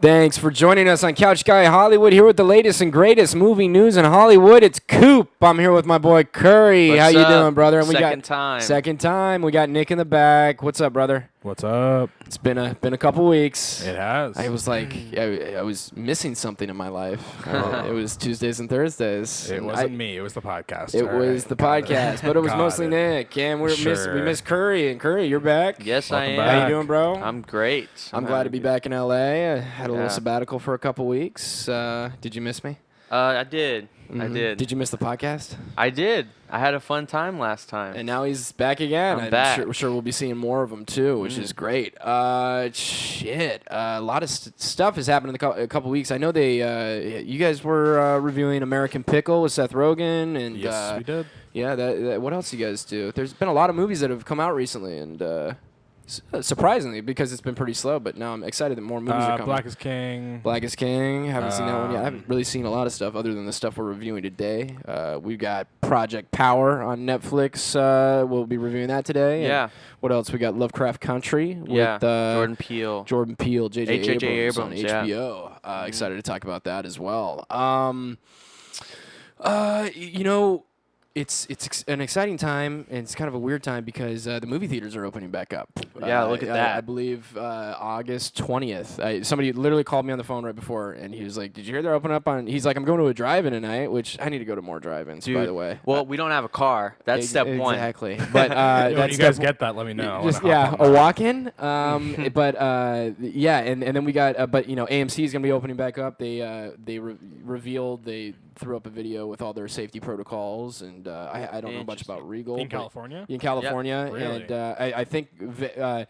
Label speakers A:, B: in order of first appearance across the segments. A: Thanks for joining us on Couch Guy Hollywood. Here with the latest and greatest movie news in Hollywood. It's Coop. I'm here with my boy Curry.
B: What's
A: How you
B: up?
A: doing, brother?
B: Second time.
A: Second time. We got Nick in the back. What's up, brother?
C: What's up?
A: It's been a been a couple weeks.
C: It has.
A: I was like, I, I was missing something in my life. Uh, it was Tuesdays and Thursdays.
C: Oh. it
A: and
C: wasn't
A: I-
C: me. It was the podcast.
A: It
C: All
A: was
C: right,
A: the
C: got it.
A: podcast, but it was
C: Got
A: mostly
C: it.
A: Nick, and we're miss, we
C: Sure.
A: miss Curry. And Curry, you're back.
B: Yes,
C: Welcome
B: I am.
C: back.
A: How you doing, bro?
B: I'm great.
A: I'm glad to be back in LA. I had a little
B: Yeah.
A: sabbatical for a couple weeks. Uh, did you miss me?
B: Uh, I did. I did.
A: Mm-hmm. Did you miss the podcast?
B: I did. I had a fun time last time.
A: And now he's back again.
B: I'm
A: Sure,
B: back. Mm.
A: sure we'll be seeing more of him too, which is great. Uh, shit, uh, a lot of st- stuff has happened in the cou- a couple weeks. I know they, uh, you guys were uh, reviewing American Pickle with Seth Rogen, and
C: Yes,
A: uh,
C: we did.
A: Yeah, that, that, what else do you guys do? There's been a lot of movies that have come out recently, and uh, s- surprisingly, because it's been pretty slow. But now I'm excited that more movies are
C: Uh,
A: coming.
C: Black is King.
A: Black is King. Haven't seen that one yet. I haven't
C: Um,
A: really seen a lot of stuff other than the stuff we're reviewing today. Uh, we've got Project Power on Netflix. Uh, we'll be reviewing that today. And
B: Yeah.
A: What else? We got Lovecraft Country with
B: yeah.
A: uh,
B: Jordan Peele.
A: Jordan Peele, J.J.
B: H.J.
A: Abrams, on
B: Abrams, yeah. Mm-hmm.
A: HBO. Uh, excited to talk about that as well. Um, uh, y- you know, it's it's ex- an exciting time, and it's kind of a weird time because uh, the movie theaters are opening back up.
B: Yeah,
A: Uh,
B: look at
A: I- I
B: that.
A: believe uh, August twentieth. Somebody literally called me on the phone right before, and he was like, "Did you hear they're opening up on?" He's like, "I'm going to a drive-in tonight," which I need to go to more drive-ins, by
B: Dude,
A: the way. Uh,
B: Well, we don't have a car. That's
A: Ex-
B: step one.
A: Exactly, but uh,
C: Yo, when
A: that's
C: you
A: step
C: guys get that, let me know. I wanna
A: just
C: hop
A: yeah,
C: on
A: a
C: that.
A: walk in. Um, it- but uh, th- yeah, and, and then we got uh, but you know AMC is gonna be opening back up. They uh, they re- revealed they threw up a video with all their safety protocols, and uh, I, I don't know much about Regal
C: in
A: but-
C: California.
A: in California,
C: Really?
A: and uh, I, I think Ve- uh,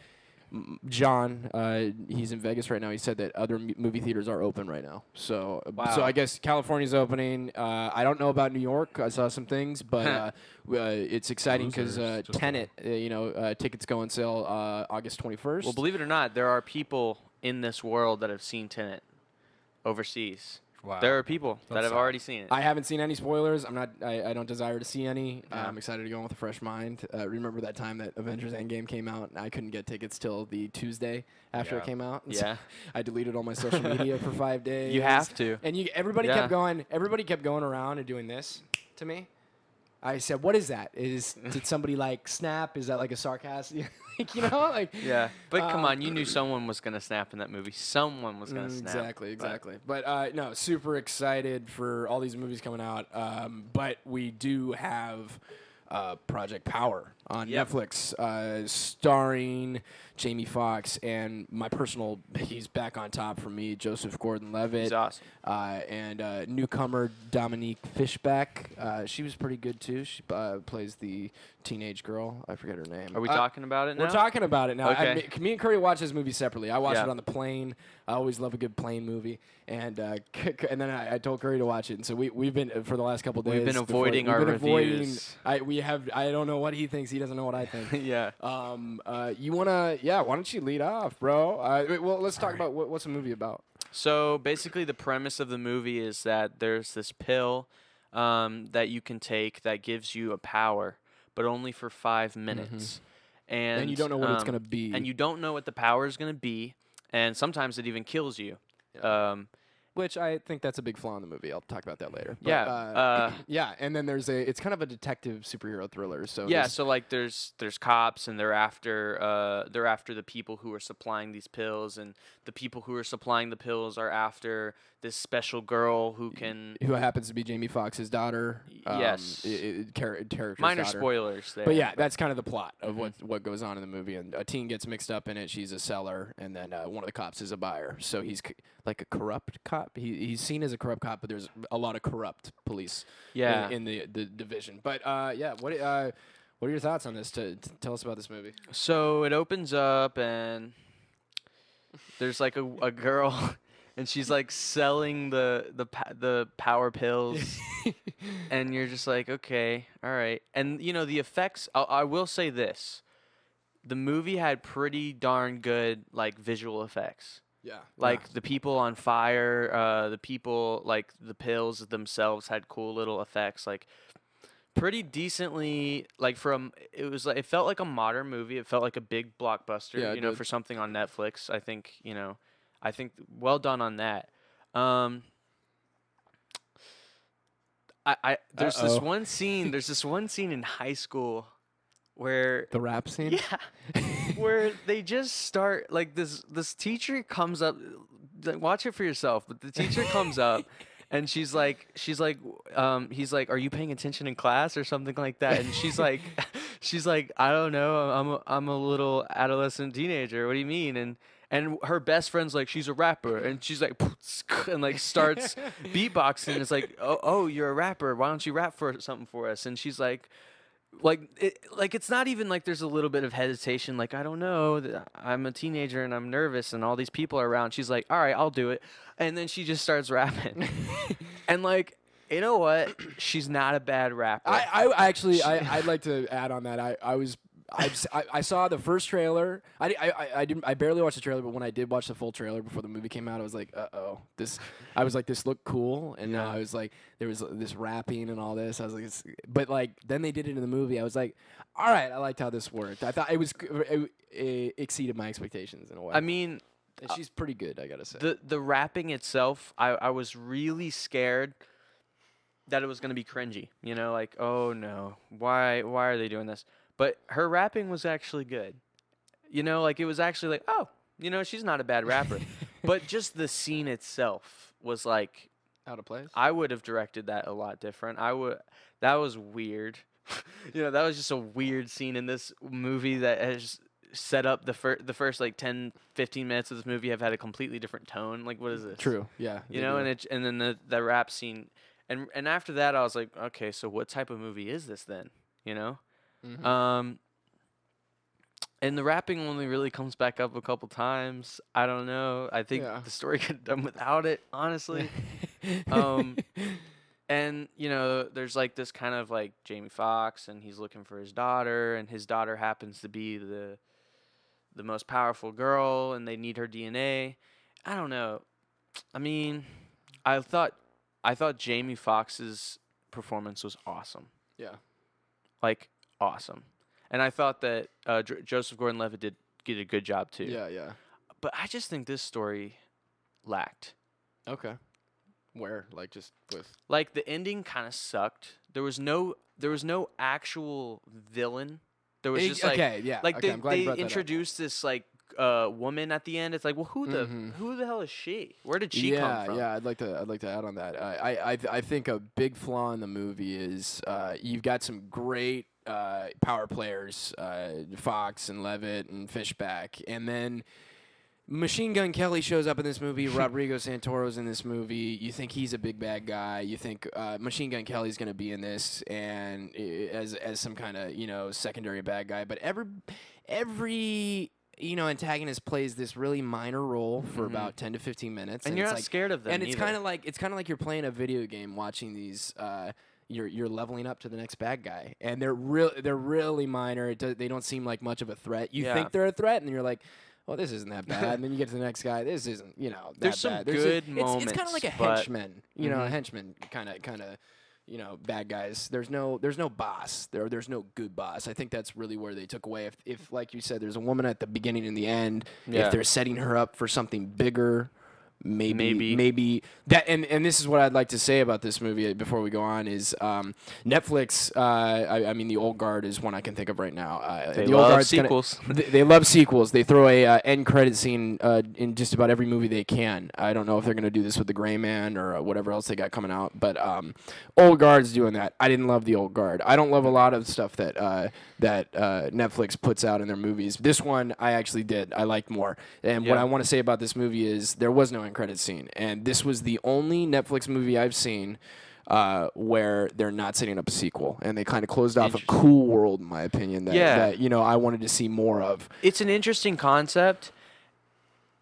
A: m- John, uh, he's in Vegas right now. He said that other m- movie theaters are open right now. So, uh,
B: Wow.
A: so I guess California's opening. Uh, I don't know about New York. I saw some things, but uh, w- uh, it's exciting because uh,
C: Losers, just
A: Tenant, uh, you know, uh, tickets go on sale uh, August twenty first.
B: Well, believe it or not, there are people in this world that have seen Tenet overseas.
C: Wow.
B: There are people that
C: That's
B: have
C: sad.
B: already seen it.
A: I haven't seen any spoilers. I'm not. I, I don't desire to see any. Uh,
B: Yeah.
A: I'm excited to go in with a fresh mind. Uh, remember that time that Avengers Endgame came out, and I couldn't get tickets till the Tuesday after it
C: Yeah.
A: came out. and so
B: Yeah.
A: I deleted all my social media for five days.
B: you have to.
A: And you, everybody kept
B: Yeah.
A: going. Everybody kept going around and doing this to me. I said, "What is that? Is did somebody like snap? Is that like a sarcasm? like, you know, like
B: Yeah. But come
A: Uh,
B: on, you knew someone was gonna snap in that movie. Someone was gonna
A: Mm,
B: snap.
A: Exactly,
B: but-
A: exactly. But, uh, no, super excited for all these movies coming out. Um, but we do have uh, Project Power on
B: Yep.
A: Netflix, uh, starring Jamie Foxx and my personal. He's back on top for me, Joseph Gordon-Levitt.
B: He's awesome.
A: Uh, and uh, newcomer Dominique Fishback. Uh, she was pretty good too. She uh, plays the teenage girl. I forget her name.
B: Are we
A: Uh,
B: talking about it now?
A: we're talking about it now. I,
B: Okay.
A: me, me and Curry watch this movie separately. I watch
B: Yeah.
A: it on the plane. I always love a good plane movie, and uh, c- c- and then I, I told Curry to watch it. And so we we've been uh, for the last couple days.
B: been
A: before-
B: avoiding
A: we've
B: our
A: been avoiding-
B: reviews.
A: I we have. I don't know what he thinks. He doesn't know what I think.
B: yeah.
A: Um. Uh. You wanna? Yeah. Why don't you lead off, bro? Uh, wait, well, let's talk about what, what's the movie about.
B: So basically, the premise of the movie is that there's this pill um, that you can take that gives you a power, but only for five minutes. And,
A: Mm-hmm. And, you don't know what it's
B: um,
A: gonna be.
B: And you don't know what the power is going to be. And sometimes it even kills you. Um,
A: which I think that's a big flaw in the movie. I'll talk about that later. But,
B: yeah.
A: Uh,
B: Uh,
A: yeah. And then there's a. It's kind of a detective superhero thriller. So
B: uh, yeah.
A: there's-
B: So like, there's there's cops, and they're after uh, they're after the people who are supplying these pills, and the people who are supplying the pills are after this special girl who can.
A: who happens to be Jamie Foxx's daughter. Um,
B: Yes.
A: i- i- char- character's
B: Minor
A: daughter.
B: spoilers there. Mm-hmm.
A: But yeah, that's kind of the plot of what what goes on in the movie. And a teen gets mixed up in it. She's a seller, and then uh, one of the cops is a buyer. So he's c- like a corrupt cop. He, he's seen as a corrupt cop, but there's a lot of corrupt police. in-
B: Yeah.
A: In, the, the division. But uh, yeah, what uh, what are your thoughts on this? To, t tell us about this movie.
B: So it opens up and there's like a, a girl and she's like selling the the pa- the power pills and you're just like okay all right and you know the effects I, I will say this the movie had pretty darn good like visual effects
A: Yeah.
B: like the people on fire uh, the people like the pills themselves had cool little effects like pretty decently like from it was like it felt like a modern movie it felt like a big blockbuster
A: Yeah, it
B: you know
A: did.
B: for something on netflix i think you know I think well done on that. Um, I, I there's this
C: Uh-oh.
B: one scene. There's this one scene in high school where
A: The rap scene.
B: yeah, where they just start like this. This teacher comes up. like, Watch it for yourself. But the teacher comes up, and she's like, she's like, um, he's like, are you paying attention in class or something like that? And she's like, she's like, I don't know. I'm a, I'm a little adolescent teenager. What do you mean? And and her best friend's like, she's a rapper, and she's like, and like starts beatboxing. It's like, oh, oh, you're a rapper. Why don't you rap for something for us? And she's like, like it, like it's not even like there's a little bit of hesitation like i don't know th- i'm a teenager and i'm nervous and all these people are around she's like all right i'll do it and then she just starts rapping and like you know what she's not a bad rapper
A: I, I actually, I, I'd like to add on that. I, I was, I've, s- I, I saw the first trailer. I, di- I, I- I didn't, I barely watched the trailer, but when I did watch the full trailer before the movie came out, I was like, uh oh, this. I was like, this looked cool, and now I was like, there was uh, this rapping and all this. I was like, it's, but like then they did it in the movie. I was like, all right, I liked how this worked. I thought it was, c- it, it exceeded my expectations in a way.
B: I mean
A: And she's pretty good, I gotta say.
B: the the rapping itself i i was really scared that it was going to be cringy you know like oh no why why are they doing this but her rapping was actually good you know like it was actually like oh you know she's not a bad rapper but just the scene itself was like
A: Out of place.
B: i would have directed that a lot different i would that was weird you know that was just a weird scene in this movie that has set up the first the first like 10 15 minutes of this movie have had a completely different tone like what is this
A: True. Yeah.
B: you know, and it and then the the rap scene, and and after that, I was like, okay, so what type of movie is this then? You know,
A: Mhm.
B: um, and the rapping only really comes back up a couple times. I don't know. I think
A: Yeah.
B: the story could have done without it, honestly. um, and you know, there's like this kind of like Jamie Foxx, and he's looking for his daughter, and his daughter happens to be the the most powerful girl, and they need her DNA. I don't know. I mean, I thought I thought Jamie Foxx's performance was awesome,
A: yeah.
B: like awesome, and I thought that uh, Dr- Joseph Gordon-Levitt did get a good job too.
A: Yeah. Yeah.
B: But I just think this story lacked.
A: Okay. Where? Like just with
B: Like the ending kind of sucked. There was no there was no actual villain. There was
A: It-
B: just like
A: okay, yeah.
B: like
A: okay,
B: they-
A: I'm glad you
B: they,
A: brought that up.
B: introduced this like uh, woman at the end. It's like, well, who the
A: Mhm.
B: who the hell is she? Where did she
A: yeah,
B: come from?
A: yeah. I'd like to. I'd like to add on that. I, I, I, I think a big flaw in the movie is uh, you've got some great uh, power players, uh, Fox and Levitt and Fishback, and then Machine Gun Kelly shows up in this movie. Rodrigo Santoro's in this movie. You think he's a big bad guy. You think uh, Machine Gun Kelly's going to be in this and i- as as some kind of you know secondary bad guy. But every every you know antagonist plays this really minor role for about ten to fifteen minutes,
B: Mm-hmm. And you're
A: it's
B: not
A: like-
B: scared of them.
A: And it's kind of like it's kind of like you're playing a video game, watching these. Uh, you're, you're leveling up to the next bad guy, and they're real. They're really minor. It do, they don't seem like much of a threat. You
B: Yeah.
A: think they're a threat, and you're like, "Well, this isn't that bad." and then you get to the next guy. This isn't, you know, that
B: There's some
A: bad. There's a-
B: good
A: It's, it's kind of like a
B: moments, but-
A: henchman, you know, a
B: Mhm.
A: henchman kind of kind of, you know, bad guys. There's no there's no boss. There there's no good boss. I think that's really where they took away. If if like you said, there's a woman at the beginning and the end.
B: Yeah.
A: If they're setting her up for something bigger, maybe maybe
B: Maybe.
A: that and and this is what I'd like to say about this movie uh, before we go on is um, Netflix. Uh, I, I mean, the old guard is one I can think of right now. Uh,
B: They
A: the
B: love
A: old guard's gonna-
B: sequels.
A: they, they love sequels. They throw a uh, end credit scene uh, in just about every movie they can. I don't know if they're gonna do this with the Gray Man or uh, whatever else they got coming out, but um, old guard's doing that. I didn't love the old guard. I don't love a lot of stuff that uh, that uh, Netflix puts out in their movies. This one I actually did. I liked more. And what
B: Yeah.
A: I want to say about this movie is there was no end credit scene, and this was the only Netflix movie I've seen. Uh, where they're not setting up a sequel, and they kind of closed off a
B: Interesting.
A: cool world, in my opinion. That,
B: Yeah.
A: that you know I wanted to see more of.
B: it's an interesting concept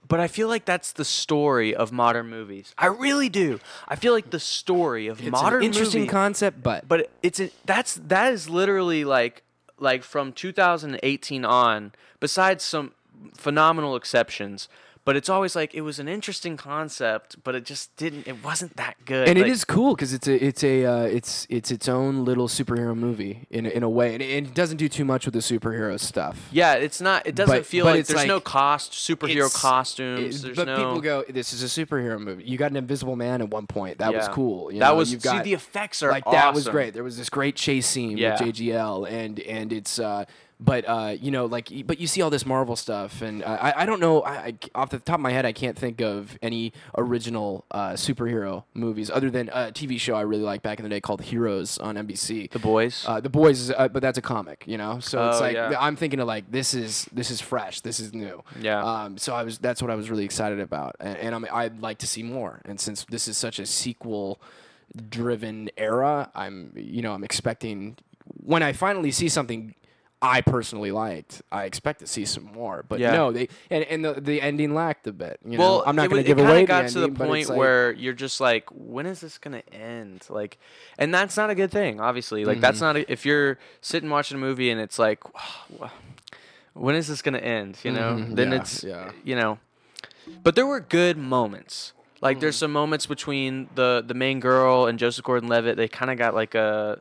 B: but i feel like that's the story of modern movies i really do i feel like the story of
A: It's an
B: modern
A: interesting
B: movie,
A: concept, but
B: but it's a, that's that is literally like like from 2018 on besides some phenomenal exceptions But it's always like it was an interesting concept, but it just didn't. It wasn't that good.
A: and
B: Like,
A: it is cool because it's a it's a uh, it's it's its own little superhero movie in a- in a way, and it, it doesn't do too much with the superhero stuff.
B: Yeah, it's not. It doesn't
A: But-
B: feel
A: but
B: like
A: it's
B: there's no
A: like-
B: cost superhero
A: it's-
B: costumes.
A: It-
B: there's
A: but
B: no.
A: people go, "This is a superhero movie." You got an Invisible Man at one point. That was
B: Yeah.
A: cool. You
B: that
A: know,
B: was
A: you've got,
B: see the effects are
A: like that was
B: awesome.
A: great. There was this great chase scene
B: Yeah.
A: with JGL, and and it's uh, but uh, you know, like, y- but you see all this Marvel stuff, and I I- I don't know, I, I c- off the top of my head, I can't think of any original uh, superhero movies other than a TV show I really liked back in the day called Heroes on NBC.
B: The boys.
A: Uh, the boys, is, uh, but that's a comic, you know. So it's
B: Oh,
A: like
B: yeah.
A: I'm thinking of like this is this is fresh, this is new.
B: Yeah.
A: Um, so I was that's what I was really excited about, and, and I'm, I'd like to see more. And since this is such a sequel driven era, I'm you know I'm expecting when I finally see something I personally liked, I expect to see some more. But
B: Yeah.
A: no, they and, and the, the ending lacked a bit. You
B: well,
A: know? I'm
B: it
A: not
B: wa-
A: going
B: it
A: to give
B: kinda
A: away
B: got
A: the
B: to
A: ending,
B: the
A: but
B: point
A: it's like-
B: where you're just like, when is this gonna end? Like, and that's not a good thing, obviously. Like,
A: Mm-hmm.
B: that's not a, if you're sitting watching a movie and it's like, "Wha- when is this gonna end? You know,
A: Mhm,
B: then
A: yeah,
B: it's
A: yeah.
B: you know. But there were good moments. Like, there's
A: Mm.
B: some moments between the the main girl and Joseph Gordon-Levitt. They kind of got like a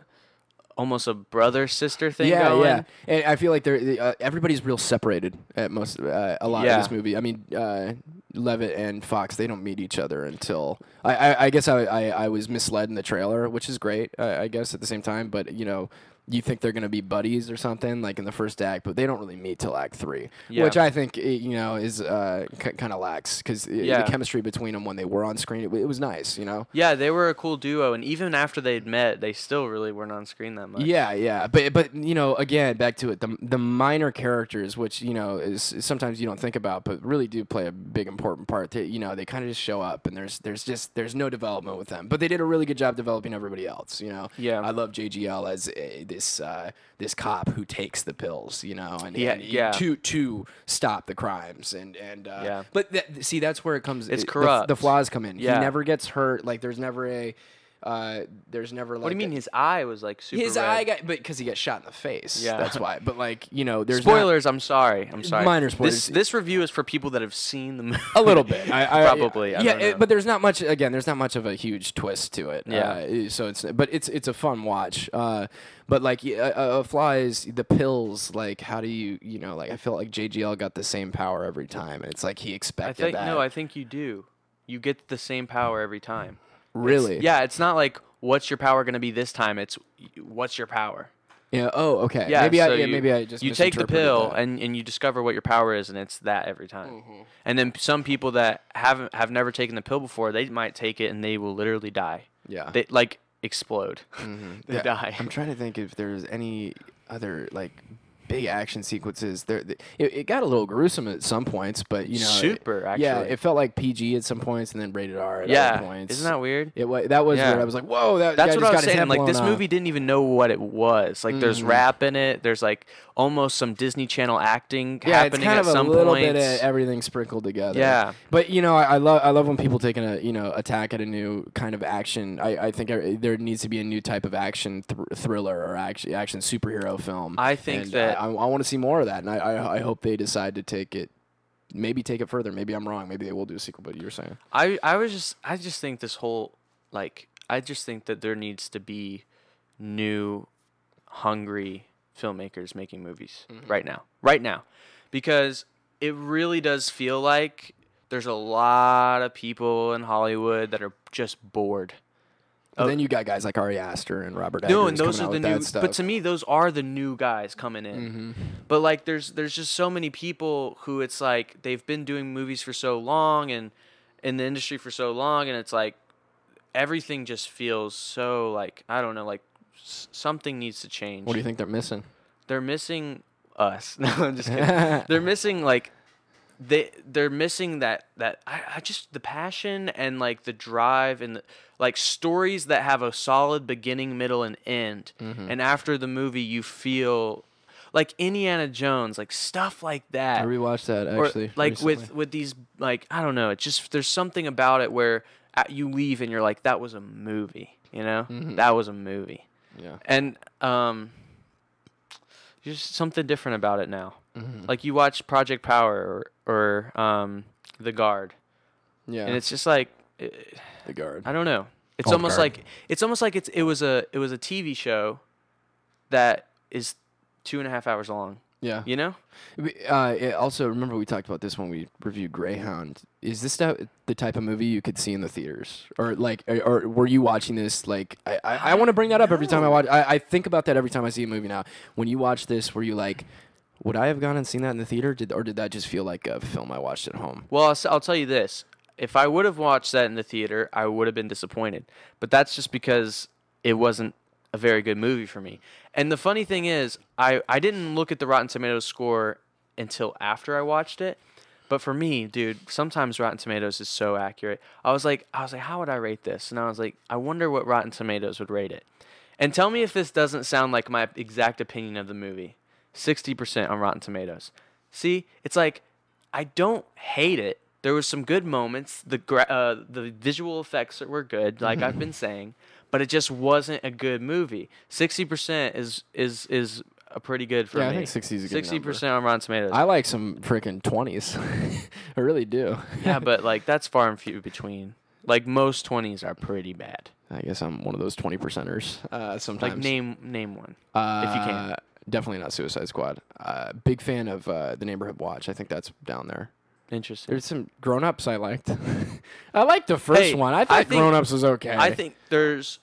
B: almost a brother sister thing
A: yeah,
B: going.
A: yeah. And I feel like they're uh, everybody's real separated at most uh, a lot of
B: Yeah.
A: this movie. I mean, uh, Levitt and Fox they don't meet each other until I, I, I guess I, I I was misled in the trailer, which is great, I, I guess at the same time. But you know. You think they're gonna be buddies or something like in the first act, but they don't really meet till act three,
B: Yeah.
A: which I think eh, you know is uh, c- kind of lax because
B: Yeah.
A: eh, the chemistry between them when they were on screen it, w- it was nice, you know.
B: Yeah, they were a cool duo, and even after they'd met, they still really weren't on screen that much.
A: Yeah, yeah, but but you know, again, back to it, the the minor characters, which you know is, is sometimes you don't think about, but really do play a big important part. They, you know, they kind of just show up, and there's there's just there's no development with them. But they did a really good job developing everybody else. You know,
B: Yeah.
A: I love JGL as a, this uh, this cop who takes the pills. You know, and,
B: Yeah,
A: and
B: yeah.
A: to to stop the crimes and and uh,
B: Yeah.
A: But that, see, that's where it comes.
B: It's
A: it- the-
B: corrupt.
A: The, flaws come in.
B: Yeah.
A: He never gets hurt. Like there's never a. Uh, there's never like
B: What do you
A: a-
B: mean his eye was like super?
A: his
B: red?
A: eye got, but because he got shot in the face.
B: Yeah.
A: Yeah, that's why. But like, you know, there's not-
B: Spoilers. I'm sorry. I'm sorry.
A: Minor
B: This
A: spoilers.
B: this review is for people that have seen the movie.
A: a little bit. I, I,
B: Probably, I
A: yeah,
B: don't know.
A: it- but there's not much. Again, there's not much of a huge twist to it.
B: Yeah.
A: Uh, so it's, but it's it's a fun watch. Uh, but like, y- a, a- a flaw is the pills. Like, how do you, you know, like I feel like JGL got the same power every time. It's like he
B: I
A: expected
B: think
A: that.
B: no. I think you do. You get the same power every time.
A: really.
B: Yeah, it's not like what's your power going to be this time. It's what's your power.
A: Yeah. Oh, okay.
B: Yeah,
A: maybe
B: so
A: I. Yeah,
B: you-
A: maybe I just.
B: you take the
A: misinterpreted
B: pill
A: that. Mm-hmm.
B: and, and you discover what your power is, and it's that every time. And then some people that haven't have never taken the pill before, they might take it and they will literally die.
A: Yeah. Mm-hmm.
B: they like explode. they
A: Yeah,
B: die.
A: I'm trying to think if there's any other like big action sequences. There, th- it, it got a little gruesome at some points, but you know, it-
B: Super,
A: Yeah,
B: actually.
A: it felt like PG at some points, and then rated R at
B: yeah,
A: other points.
B: isn't that weird?
A: It was that was
B: Yeah.
A: weird. I was like, whoa, that guy
B: That's
A: just
B: what I was
A: got his
B: saying.
A: head
B: Like
A: blown Mm-hmm.
B: this
A: off.
B: movie didn't even know what it was. Like there's rap in it. There's like almost some Disney Channel acting
A: Yeah, it's
B: happening
A: kind
B: at
A: of
B: some
A: a little
B: points.
A: bit of everything sprinkled together.
B: Yeah.
A: but you know, I, I love I love when people take a you know attack at a new kind of action. I, I think I, there needs to be a new type of action thr- thriller or action action superhero film.
B: I think
A: And
B: that-
A: I, I, want to see more of that, and I, I I hope they decide to take it, maybe take it further. Maybe I'm wrong. Maybe they will do a sequel. But you're saying
B: I I was just I just think this whole like I just think that there needs to be new hungry filmmakers making movies
A: Mm-hmm.
B: right now. Right now. Because it really does feel like there's a lot of people in Hollywood that are just bored.
A: But then you got guys like Ari Aster and Robert.
B: Oh. No,
A: Eggers
B: and those
A: coming
B: are
A: out
B: the
A: with
B: new.
A: that stuff. Mm. Mm-hmm.
B: But to me, those are the new guys coming in. But like, there's there's just so many people who it's like they've been doing movies for so long and in the industry for so long, and it's like everything just feels so like I don't know, like s- something needs to change.
A: what do you think they're missing?
B: They're missing us. No, I'm just kidding. they're missing like they they're missing that that I, I just the passion and like the drive and the, like stories that have a solid beginning, middle, and end.
A: Mm-hmm.
B: And after the movie, you feel like Indiana Jones, like stuff like that.
A: I rewatched that
B: Or,
A: actually.
B: like
A: recently.
B: with with these like I don't know. It just there's something about it where uh, you leave and you're like that was a movie. You know
A: Mm-hmm.
B: that was a movie
A: yeah.
B: and um there's just something different about it now like you watch project power or, or um the guard,
A: Yeah,
B: and it's just like it,
A: the guard.
B: I don't know. It's
C: Called
B: almost
C: Guard.
B: like it's almost like it's it was a it was a TV show that is two and a half hours long.
A: Yeah.
B: You know?
A: We- Uh, yeah, also, remember we talked about this when we reviewed Greyhound. Is this the the type of movie you could see in the theaters, or like, or, or were you watching this? Like, I, I, I want to bring that up every time I watch. I, I think about that every time I see a movie now. When you watch this, were you like, would I have gone and seen that in the theater, did or did that just feel like a film I watched at home?
B: Well, I'll, s will tell you this: if I would have watched that in the theater, I would have been disappointed. But that's just because it wasn't a very good movie for me. And the funny thing is, I I didn't look at the Rotten Tomatoes score until after I watched it. But for me, dude, sometimes Rotten Tomatoes is so accurate. I was like, I was like, how would I rate this? And I was like, I wonder what Rotten Tomatoes would rate it. And tell me if this doesn't sound like my exact opinion of the movie. 60% on Rotten Tomatoes. See, it's like I don't hate it. There was some good moments. The gra- uh, the visual effects were good, like I've been saying, but it just wasn't a good movie. 60% is is is a pretty good for
A: Yeah, I
B: me.
A: think 60 is a good
B: 60% on Rotten Tomatoes.
A: I like some freaking twenties. I really do.
B: yeah, but like that's far and few between. Like most 20s are pretty bad.
A: I guess I'm one of those twenty percenters. Uh, sometimes.
B: Like name name one.
A: Uh,
B: if you can.
A: Definitely not Suicide Squad. Uh, big fan of uh, the Neighborhood Watch. I think that's down there.
B: Interesting.
A: There's some grown ups I liked. I liked the first
B: Hey,
A: one. I
B: I
A: thought
B: think-
A: grown ups was okay.
B: I think there's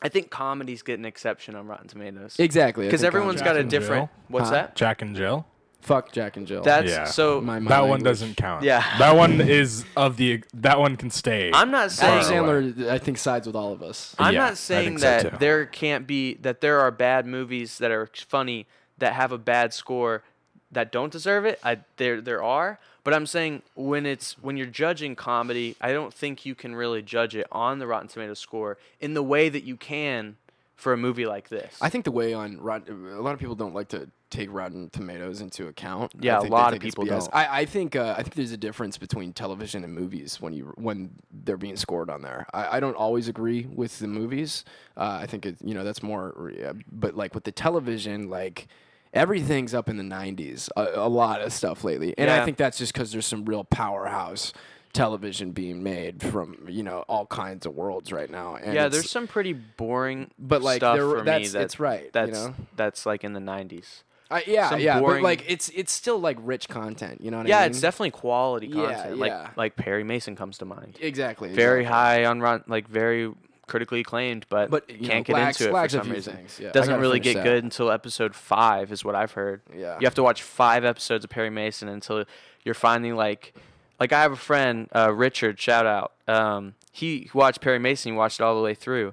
B: I think comedies get an exception on Rotten Tomatoes.
A: exactly I
B: Because
A: think
B: everyone's
A: I'm-
B: got a
C: Jack and
B: different
C: Jill.
B: what's
A: Huh?
B: that?
C: Jack and Jill.
A: fuck Jack and Jill.
B: That's
C: Yeah.
B: so
A: my, my
C: that one
A: language.
C: doesn't count.
B: Yeah.
C: That one is of the. That one can stay.
B: I'm not
A: Adam
B: saying
C: Far away.
A: Sandler, I think, sides with all of us.
B: I'm
C: Yeah, I
B: not saying
C: think so
B: that
C: too.
B: there can't be that there are bad movies that are funny that have a bad score that don't deserve it. I there there are, but I'm saying when it's when you're judging comedy, I don't think you can really judge it on the Rotten Tomatoes score in the way that you can for a movie like this.
A: I think the way on Rotten, a lot of people don't like to take Rotten Tomatoes into account. I
B: Yeah, a
A: think they
B: lot of
A: think it's
B: people
A: BS.
B: don't.
A: I, I think uh, I think there's a difference between television and movies when you when they're being scored on there. I, I don't always agree with the movies. Uh, I think it, you know that's more, uh, but like with the television, like. Everything's up in the 90s, a, a lot of stuff lately. And I
B: Yeah.
A: think that's just because there's some real powerhouse television being made from, you know, all kinds of worlds right now. And
B: yeah,
A: it's-
B: there's some pretty boring
A: But, like,
B: stuff
A: there-
B: for me
A: that's-
B: that,
A: it's right, you
B: That's
A: know?
B: that's like in the 90s.
A: I yeah,
B: some
A: yeah, but
B: boring-
A: like it's it's still like rich content. You know what I
B: Yeah,
A: mean?
B: it's definitely quality
A: Yeah,
B: content.
A: yeah.
B: Like like Perry Mason comes to mind.
A: exactly
B: very
A: exactly.
B: high on run, like very critically acclaimed, but,
A: But, you
B: can't
A: know,
B: get
A: lacks-
B: into it for
A: lacks a
B: some
A: few
B: reason.
A: things, yeah. I
B: Doesn't
A: gotta
B: really
A: finish
B: get
A: that.
B: good until episode five, is what I've heard.
A: Yeah.
B: you have to watch five episodes of Perry Mason until you're finally like, like I have a friend, uh, Richard, shout out. Um, he watched Perry Mason, he watched it all the way through,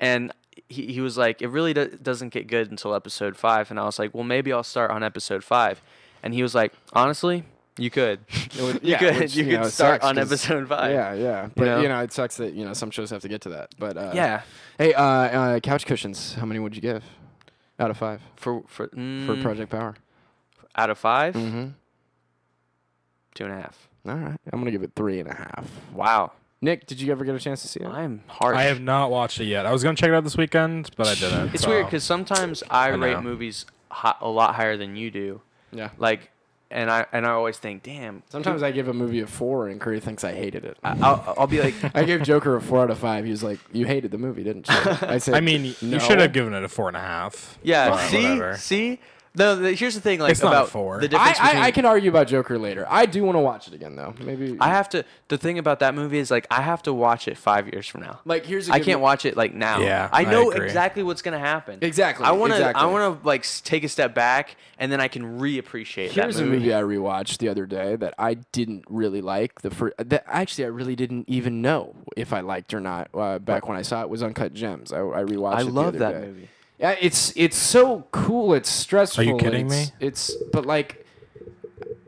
B: and. He, he was like, it really do- doesn't get good until episode five, and I was like, well, maybe I'll start on episode five, and he was like, honestly, you could,
A: would-
B: you
A: yeah,
B: could,
A: which,
B: you,
A: you
B: could
A: know,
B: start
A: sucks
B: on
A: 'cause-
B: episode five.
A: Yeah, yeah, but you know?
B: know?
A: it sucks that you know some shows have to get to that. But uh,
B: yeah.
A: Hey, uh, uh, couch cushions. How many would you give out of five
B: for for
A: for
B: mm,
A: Project Power?
B: out of 5
A: Mm-hmm.
B: two and a half.
A: All right, I'm gonna give it three and a half.
B: Wow,
A: Nick, did you ever get a chance to see it?
B: I'm harsh.
C: I have not watched it yet. I was gonna check it out this weekend, but I didn't.
B: It's
C: so.
B: weird because sometimes I,
C: I
B: rate
C: know.
B: movies hi- a lot higher than you do.
A: yeah.
B: Like, and I and I always think, damn.
A: Sometimes I give a movie a four, and Curry thinks I hated it.
B: I, I'll, I'll be like,
A: I gave Joker a four out of five. He was like, "You hated the movie, didn't you?" I said,
C: I mean,
A: no.
C: you should have given it a four and a half.
B: yeah,
C: but
B: see,
C: whatever.
B: see. No, the, here's the thing. Like
C: It's not a
B: about
C: four.
B: the
A: I,
B: difference
A: I,
B: between.
A: I can argue about Joker later. I do want to watch it again though. Maybe
B: I have to. The thing about that movie is like I have to watch it five years from now.
A: like here's. I
B: I can't watch it like now.
C: Yeah,
B: I
C: I
B: know
C: agree.
B: exactly what's gonna happen.
A: Exactly,
B: I wanna
A: exactly.
B: I wanna like s- take a step back and then I can reappreciate
A: Here's
B: that
A: a movie I rewatched the other day that I didn't really like. The first, that actually I really didn't even know if I liked or not uh, back when I saw it was Uncut Gems. I, I rewatched.
B: I
A: it the
B: love
A: other
B: that
A: day.
B: movie.
A: Yeah, it's it's so cool. It's stressful. and
C: kidding
A: it's,
C: me?
A: It's but like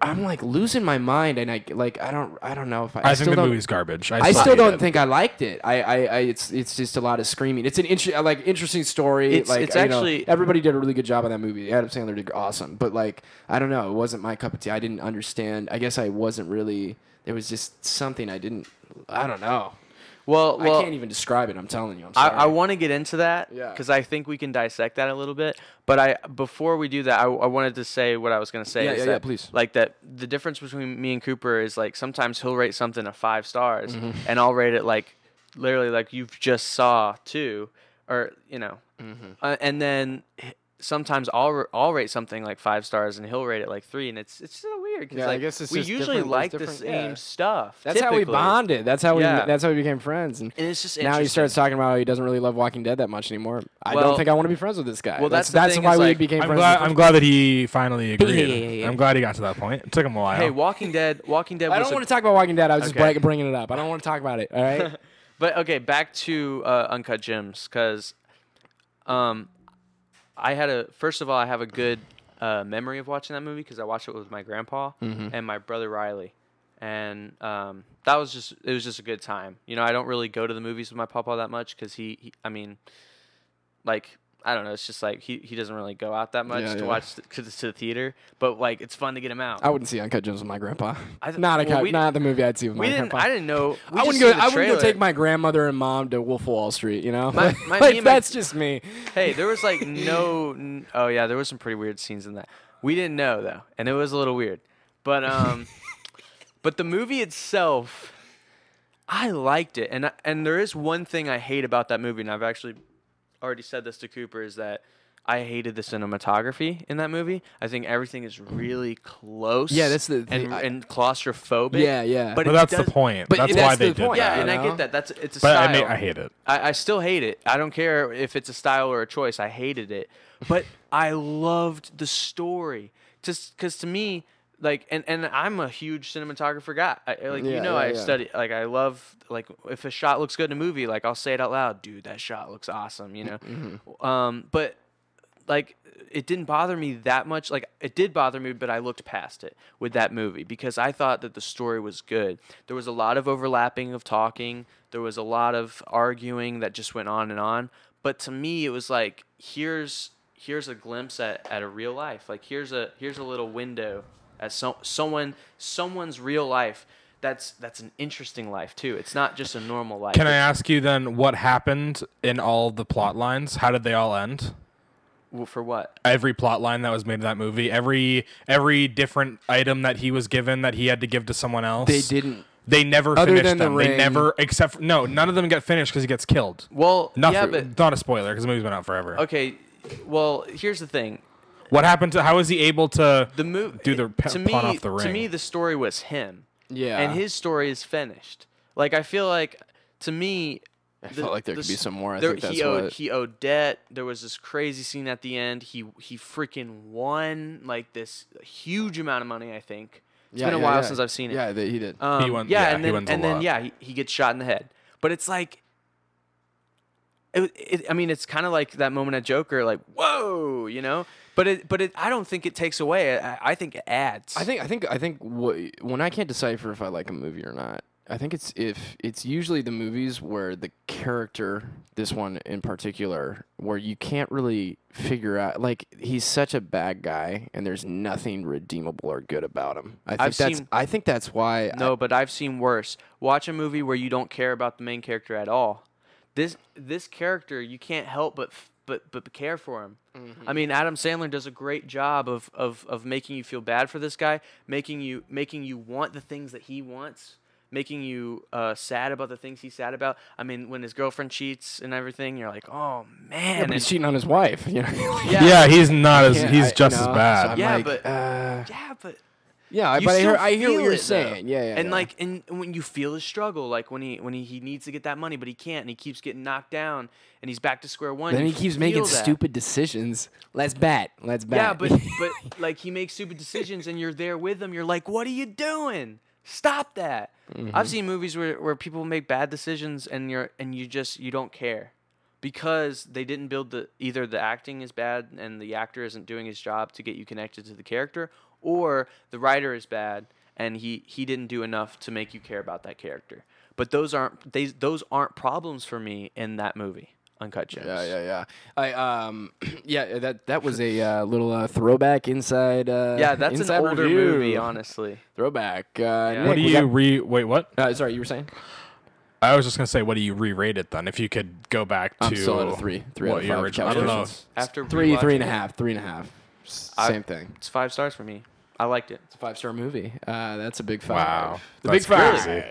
A: I'm like losing my mind, and I like I don't I don't know if I,
C: I
A: still
C: think the
A: don't,
C: movie's garbage. I
A: I
C: still,
A: still
C: hate
A: don't
C: it.
A: think I liked it. I, I, I it's it's just a lot of screaming. It's an inter- uh, like interesting story.
B: It's-
A: like
B: it's
A: you know,
B: actually-
A: everybody did a really good job on that movie. Adam Sandler did awesome, but like I don't know, it wasn't my cup of tea. I didn't understand. I guess I wasn't really. There was just something I didn't. I don't know.
B: Well, well,
A: I can't even describe it. I'm telling you. I'm
B: I,
A: sorry.
B: I want to get into that
A: Yeah.
B: because I think we can dissect that a little bit. But I before we do that, I, I wanted to say what I was gonna say.
A: Yeah,
B: is
A: yeah,
B: that,
A: yeah, please.
B: Like that, the difference between me and Cooper is like sometimes he'll rate something a five stars,
A: Mm-hmm.
B: and I'll rate it like literally like you've just saw two, or you know,
A: Mm-hmm.
B: uh, and then h- sometimes I'll r- I'll rate something like five stars, and he'll rate it like three, and it's it's so weird because
A: Yeah, I
B: like
A: guess it's
B: we
A: just
B: usually
A: different-
B: like the
A: there's
B: same
A: different- yeah.
B: stuff.
A: that's how we
B: typically.
A: bonded. That's how we.
B: Yeah.
A: That's how we became friends. And,
B: and it's just
A: now he
B: interesting.
A: starts talking about how he doesn't really love Walking Dead that much anymore. I
B: Well-
A: don't think I want to be friends with this guy.
B: Well, that's
A: that's
B: the
A: that's,
B: thing
A: why
B: is,
A: we
B: like,
A: became
C: I'm
A: friends.
C: glad.
A: before-
C: I'm glad that he finally agreed.
A: yeah, yeah.
C: I'm glad he got to that point. It took him a while.
B: Hey, Walking Dead. Walking Dead.
A: I
B: was
A: don't
B: a-
A: want to talk about Walking Dead. I was
B: Okay.
A: just bla- bringing it up. I don't want to talk about it. All right.
B: But okay, back to uh, uncut gems because, um, I had a first of all, I have a good uh, memory of watching that movie because I watched it with my grandpa
A: Mm-hmm.
B: and my brother Riley, and um, that was just it was just a good time. You know, I don't really go to the movies with my papa that much because he, he, I mean, like. I don't know. It's just like he, he doesn't really go out that much
A: Yeah,
B: to
A: yeah.
B: watch the, to, the- to the theater, but like it's fun to get him out.
A: I wouldn't see Uncut Gems with my grandpa.
B: I th-
A: not a
B: well,
A: cut-
B: we-
A: not the movie I'd see with
B: we
A: my
B: didn't.
A: grandpa.
B: I didn't know. we
A: I
B: just
A: wouldn't go.
B: see the
A: I wouldn't go
B: trailer.
A: take my grandmother and mom to Wolf of Wall Street. You know,
B: My- my- me
A: like,
B: and my-
A: that's just me.
B: hey, there was like no. n- Oh yeah, there was some pretty weird scenes in that. We didn't know though, and it was a little weird. But um, but the movie itself, I liked it, and I, and there is one thing I hate about that movie, and I've actually already said this to Cooper is that. I hated the cinematography in that movie. I think everything is really close.
A: Yeah, that's the thing.
B: and,
A: I-
B: and claustrophobic.
A: Yeah, yeah.
B: But,
C: but
B: it
C: that's
B: does-
C: the point.
A: but
C: that's
A: it-
C: why
A: that's
C: they
A: the
C: did
A: point.
C: that.
B: Yeah, and
A: you
B: I
A: know?
B: get that. That's it's a
C: But
B: style.
C: I, mean, I hate it.
B: I, I still hate it. I don't care if it's a style or a choice. I hated it. But I loved the story. Just because to me, like, and, and I'm a huge cinematographer guy. I, I- like, you
A: Yeah,
B: know,
A: yeah,
B: I
A: yeah.
B: study, like, I love, like, if a shot looks good in a movie, like, I'll say it out loud, dude, that shot looks awesome, you know?
A: Mm-hmm.
B: Um, but, like, it didn't bother me that much. Like, it did bother me, but I looked past it with that movie because I thought that the story was good. There was a lot of overlapping of talking, there was a lot of arguing that just went on and on. But to me, it was like, here's here's a glimpse at, at a real life like here's a here's a little window at so, someone someone's real life that's that's an interesting life too it's not just a normal life
C: Can I
B: It's-
C: ask you then what happened in all the plot lines? How did they all end?
B: w- for what
C: Every plot line that was made in that movie, every every different item that he was given that he had to give to someone else.
A: They didn't.
C: They never
A: Other
C: finished
A: than the
C: them. they
A: ring.
C: never, except for, no, none of them get finished because he gets killed.
B: well
C: Nothing.
B: yeah but
C: not a spoiler because the movie's been out forever.
B: okay well here's the thing
C: What happened to? How is he able to?
B: the movie
C: Do the pa-
B: to me
C: pawn off the
B: to
C: ring.
B: me the story was him
A: Yeah.
B: and his story is finished like i feel like to me I
A: felt like there could be some more. I think
B: he
A: that's
B: owed
A: what-
B: he owed debt. There was this crazy scene at the end. He he freaking won like this huge amount of money. I think It's been a while since I've seen it.
A: Yeah, they, he did.
B: Um,
C: He won-
B: yeah,
C: yeah,
B: and
C: he
B: then
C: wins a
B: and then
C: lot.
B: yeah, he, he gets shot in the head. But it's like, it, it, I mean, it's kind of like that moment at Joker, like whoa, you know. But it but it, I don't think it takes away. I, I think it adds.
A: I think I think I think what, when I can't decipher if I like a movie or not, I think it's if it's usually the movies where the character, this one in particular, where you can't really figure out like he's such a bad guy and there's nothing redeemable or good about him. I think
B: I've
A: that's
B: seen-
A: I think that's why I-
B: No, but I've seen worse. Watch a movie where you don't care about the main character at all. This this character, you can't help but f- but but care for him.
A: Mm-hmm.
B: I mean, Adam Sandler does a great job of, of of making you feel bad for this guy, making you making you want the things that he wants, making you uh, sad about the things he's sad about. I mean, when his girlfriend cheats and everything, you're like, oh man.
A: but
B: and-
A: he's cheating on his wife. You know?
B: yeah,
C: yeah, he's not as
A: Yeah,
C: he's
A: I-
C: just
A: no,
C: as
A: so
C: bad.
A: I'm
B: Yeah,
A: like,
B: but-
A: uh,
B: yeah, but
A: yeah, I-
B: you
A: but I hear
B: still
A: I hear
B: feel
A: what you're
B: it, though.
A: saying. Yeah, yeah,
B: and
A: yeah.
B: like, and when you feel his struggle, like when he when he, he needs to get that money, but he can't, and he keeps getting knocked down, and he's back to square one.
A: then
B: you
A: he keeps making
B: feel that.
A: stupid decisions. Let's bat. Let's bat.
B: Yeah, but but like he makes stupid decisions, and you're there with him. You're like, what are you doing? Stop that! I've seen movies where where people make bad decisions, and you're and you just you don't care because they didn't build the either the acting is bad and the actor isn't doing his job to get you connected to the character or the writer is bad and he he didn't do enough to make you care about that character but those aren't they those aren't problems for me in that movie uncut gems
A: Yeah, yeah, yeah. I um, yeah. That that was a uh, little uh, throwback inside. Uh,
B: Yeah, that's
A: inside
B: an older
A: review.
B: movie honestly
A: Throwback. Uh,
B: What
A: Nick,
C: What do
A: we
C: you re? Wait, what?
A: got- uh, sorry, you were saying?
C: I was just gonna say, what do you re-rate it then? If you could go back to
A: I'm still at a three, three
C: what
A: out of
C: your
A: five
C: original- I don't know.
A: calculations.
B: After
A: Three, three
B: rewatching
A: and a
B: it,
A: half, three and a half. S-
B: I-
A: Same thing.
B: It's five stars for me. I liked it.
A: It's a five star movie. Uh, that's a big five.
C: Wow,
A: The
C: that's
A: big five.
C: crazy.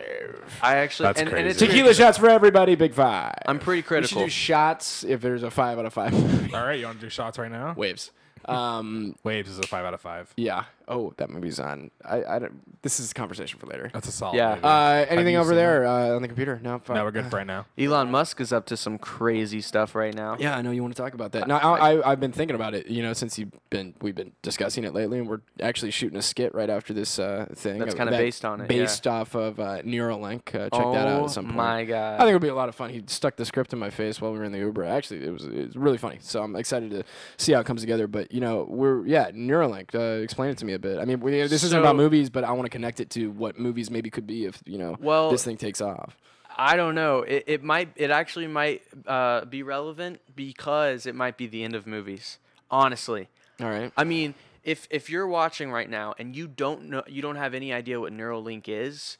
B: I actually
C: That's
B: and, and it's
C: crazy.
B: weird
A: Tequila shots for everybody. Big five.
B: I'm pretty
A: We should
B: critical.
A: do shots if there's a five out of five. movie.
C: All right, you want to do shots right now?
A: Waves. Um,
C: Waves is a five out of five.
A: yeah. Oh, that movie's on. I, I don't, this is a conversation for later.
C: That's a solid.
B: Yeah.
C: movie.
A: Uh, anything
C: you
A: over
C: seen
A: there uh, on the computer? No. Fine.
C: no, we're good for right now.
B: Elon Musk is up to some crazy stuff right now.
A: Yeah, I know you want to talk about that. No, I, I, I've been thinking about it. You know, since you've been, we've been discussing it lately, and we're actually shooting a skit right after this uh, thing.
B: That's kinda
A: that-
B: based on it,
A: Based off of uh, Neuralink. Uh, check that out
B: Oh
A: at some point.
B: my god.
A: I think it'll be a lot of fun. He stuck the script in my face while we were in the Uber. Actually, it was it was really funny. So I'm excited to see how it comes together. But you know, we're yeah, Neuralink. Uh, explain it to me a bit. I mean, we, this isn't
B: So-
A: about movies, but I want to connect it to what movies maybe could be if you know
B: Well-
A: this thing takes off.
B: I don't know. It, it might. It actually might uh, be relevant because it might be the end of movies. Honestly,
A: All right.
B: I mean, if if you're watching right now and you don't know, you don't have any idea what Neuralink is.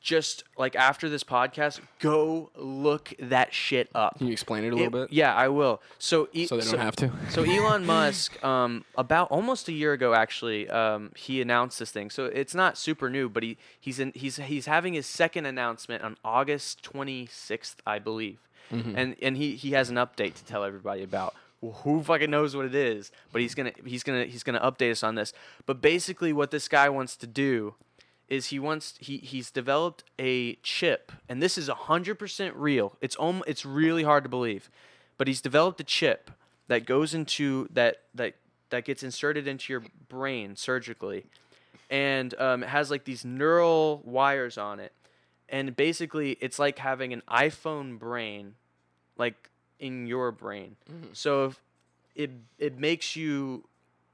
B: Just like after this podcast, go look that shit up.
A: Can you explain it a
B: It-
A: little bit?
B: Yeah, I will. So, e-
A: So they don't have to.
B: so Elon Musk, um, about almost a year ago, actually, um, he announced this thing. So it's not super new, but he he's in, he's he's having his second announcement on August 26th, I believe,
A: Mm-hmm.
B: and and he he has an update to tell everybody about. Who fucking knows what it is? But he's gonna he's gonna he's gonna update us on this. But basically, what this guy wants to do is he wants he he's developed a chip and this is 100% real it's om- it's really hard to believe but he's developed a chip that goes into that that that gets inserted into your brain surgically and um, it has like these neural wires on it and basically it's like having an iphone brain like in your brain
A: Mm-hmm.
B: so if it it makes you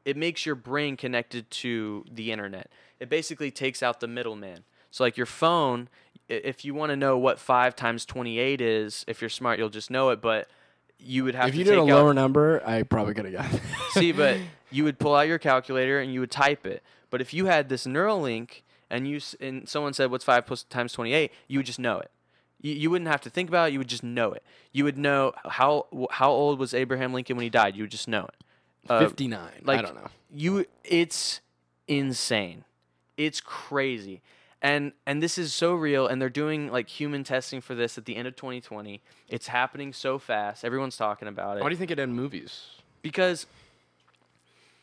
B: it makes your brain connected to the internet. It basically takes out the middleman. So like your phone, i- if you want to know what five times twenty eight is, if you're smart, you'll just know it. But you would have
A: If
B: to
A: you
B: take
A: did a
B: out
A: lower number, I probably could have got. it.
B: See, but you would pull out your calculator and you would type it. But if you had this Neuralink and you s- and someone said what's five plus times twenty eight, you would just know it. You, you wouldn't have to think about it. You would just know it. You would know how wh- how old was Abraham Lincoln when he died. You would just know it. Uh,
A: Fifty nine.
B: like
A: I don't know.
B: you it's insane it's crazy and and this is so real and they're doing like human testing for this at the end of 2020 it's happening so fast everyone's talking about
A: Why do
B: it
A: you think it in movies?
B: because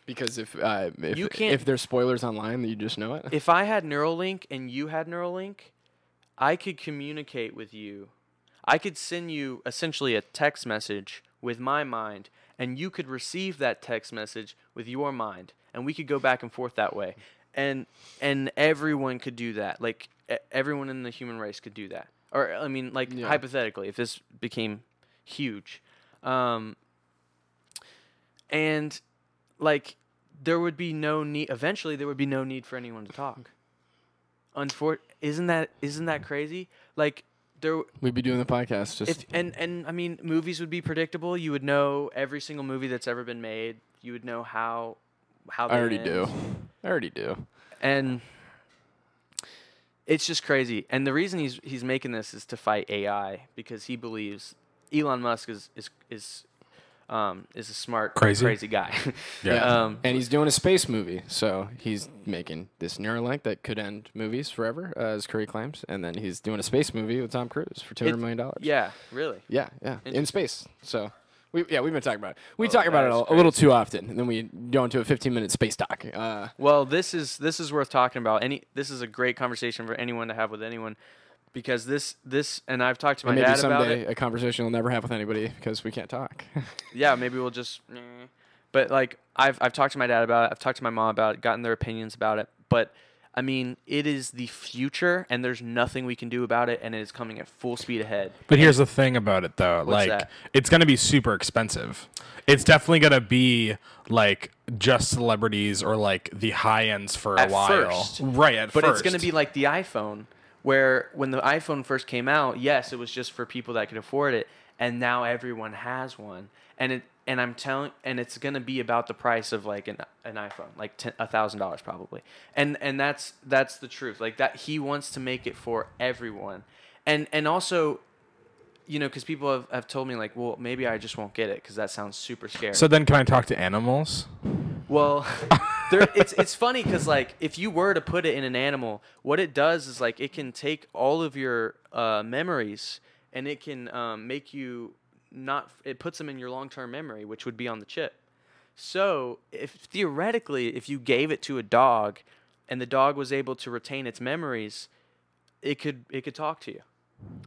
A: Because if uh, if,
B: You can't-
A: if there's spoilers online, you just know it.
B: if i had neuralink and you had neuralink i could communicate with you i could send you essentially a text message with my mind and you could receive that text message with your mind and we could go back and forth that way and and everyone could do that like e- everyone in the human race could do that or i mean like
A: Yeah.
B: hypothetically if this became huge um and like there would be no need eventually there would be no need for anyone to talk Unfor- isn't that isn't that crazy like there
A: We'd be doing the podcast just
B: if and and I mean, movies would be predictable. You would know every single movie that's ever been made. You would know how how.
A: I
B: they
A: already
B: end.
A: do. I already do.
B: And it's just crazy. And the reason he's he's making this is to fight AI because he believes Elon Musk is is is um is a smart
C: Crazy.
B: crazy guy.
C: Yeah.
B: Um,
A: and he's doing a space movie, so he's making this Neuralink that could end movies forever, uh, as Curry claims. And then he's doing a space movie with Tom Cruise for two hundred million dollars.
B: yeah. Really.
A: yeah, yeah, in space. So. We, yeah, we've been talking about it. We
B: Oh,
A: talk about
B: that
A: it
B: is
A: a, a little too often, and then we go into a 15-minute space talk. Uh,
B: Well, this is this is worth talking about. Any this is a great conversation for anyone to have with anyone because this this and I've talked to my
A: maybe
B: dad about it.
A: someday a conversation we'll never have with anybody because we can't talk.
B: yeah, maybe we'll just. meh. But like, I've I've talked to my dad about it. I've talked to my mom about it. Gotten their opinions about it. But I mean, it is the future, and there's nothing we can do about it, and it is coming at full speed ahead.
C: But here's the thing about it though, like
B: that?
C: it's gonna be super expensive. It's definitely gonna be like just celebrities or like the high ends for
B: At
C: a while,
B: first.
C: right? At
B: But it's
C: first,
B: going to be like the iPhone, where when the iPhone first came out, yes, it was just for people that could afford it, and now everyone has one, and it and I'm telling, and it's going to be about the price of like an an iPhone, like ten- a thousand dollars probably, and and that's that's the truth. Like that, he wants to make it for everyone, and and also you know because people have, have told me like well maybe i just won't get it because that sounds super scary
C: So then, can I talk to animals?
B: well there, it's, it's funny because like if you were to put it in an animal what it does is like it can take all of your uh, memories and it can um, make you not it puts them in your long-term memory which would be on the chip so if theoretically if you gave it to a dog and the dog was able to retain its memories it could it could talk to you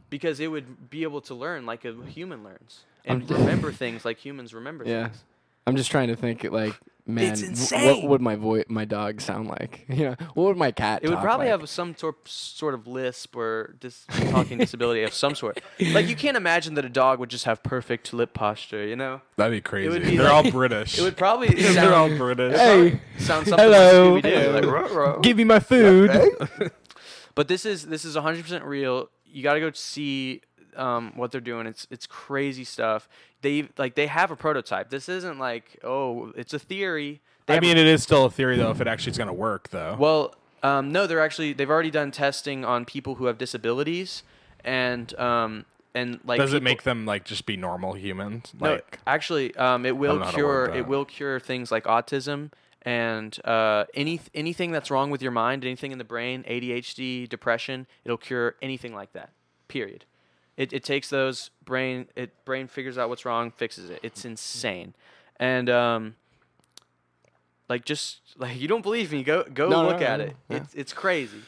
B: because it would be able to learn like a human learns and
A: I'm-
B: remember things like humans remember
A: Yeah.
B: things
A: I'm just trying to think like man, w-
B: insane.
A: what would my voice, my dog sound like? You know, what would my cat?
B: It would
A: talk
B: probably
A: like?
B: have some tor- sort of lisp or dis- talking disability of some sort. Like you can't imagine that a dog would just have perfect lip posture, you know?
C: That'd be crazy.
B: would be
C: They're
B: like-
C: all British.
B: It would probably
C: They're all
B: sound,
C: British.
A: Hey,
B: sound something
A: Hello.
B: like Scooby-Doo, like,
A: Hello.
B: "Ruh, ruh."
A: give me my food.
B: But this is this is 100% real. You got to go see um, what they're doing. It's it's crazy stuff. They like they have a prototype. This isn't like oh, it's a theory. They
C: I
B: have a
C: mean, it is still a theory though. If it actually is gonna work though.
B: Well, um, no, they're actually they've already done testing on people who have disabilities, and um, and like
C: Does it
B: people-
C: make them like just be normal humans?
B: no,
C: Like
B: actually, um, it will
C: know how to
B: cure
C: word
B: it
C: that.
B: will cure things like autism and uh, any anything that's wrong with your mind, anything in the brain, ADHD, depression. It'll cure anything like that. Period. It, it takes those brain it brain figures out what's wrong, fixes it. It's insane, and um, like just like you don't believe me, go go
A: No, no,
B: look
A: no,
B: at
A: no,
B: it.
A: yeah.
B: It's it's crazy.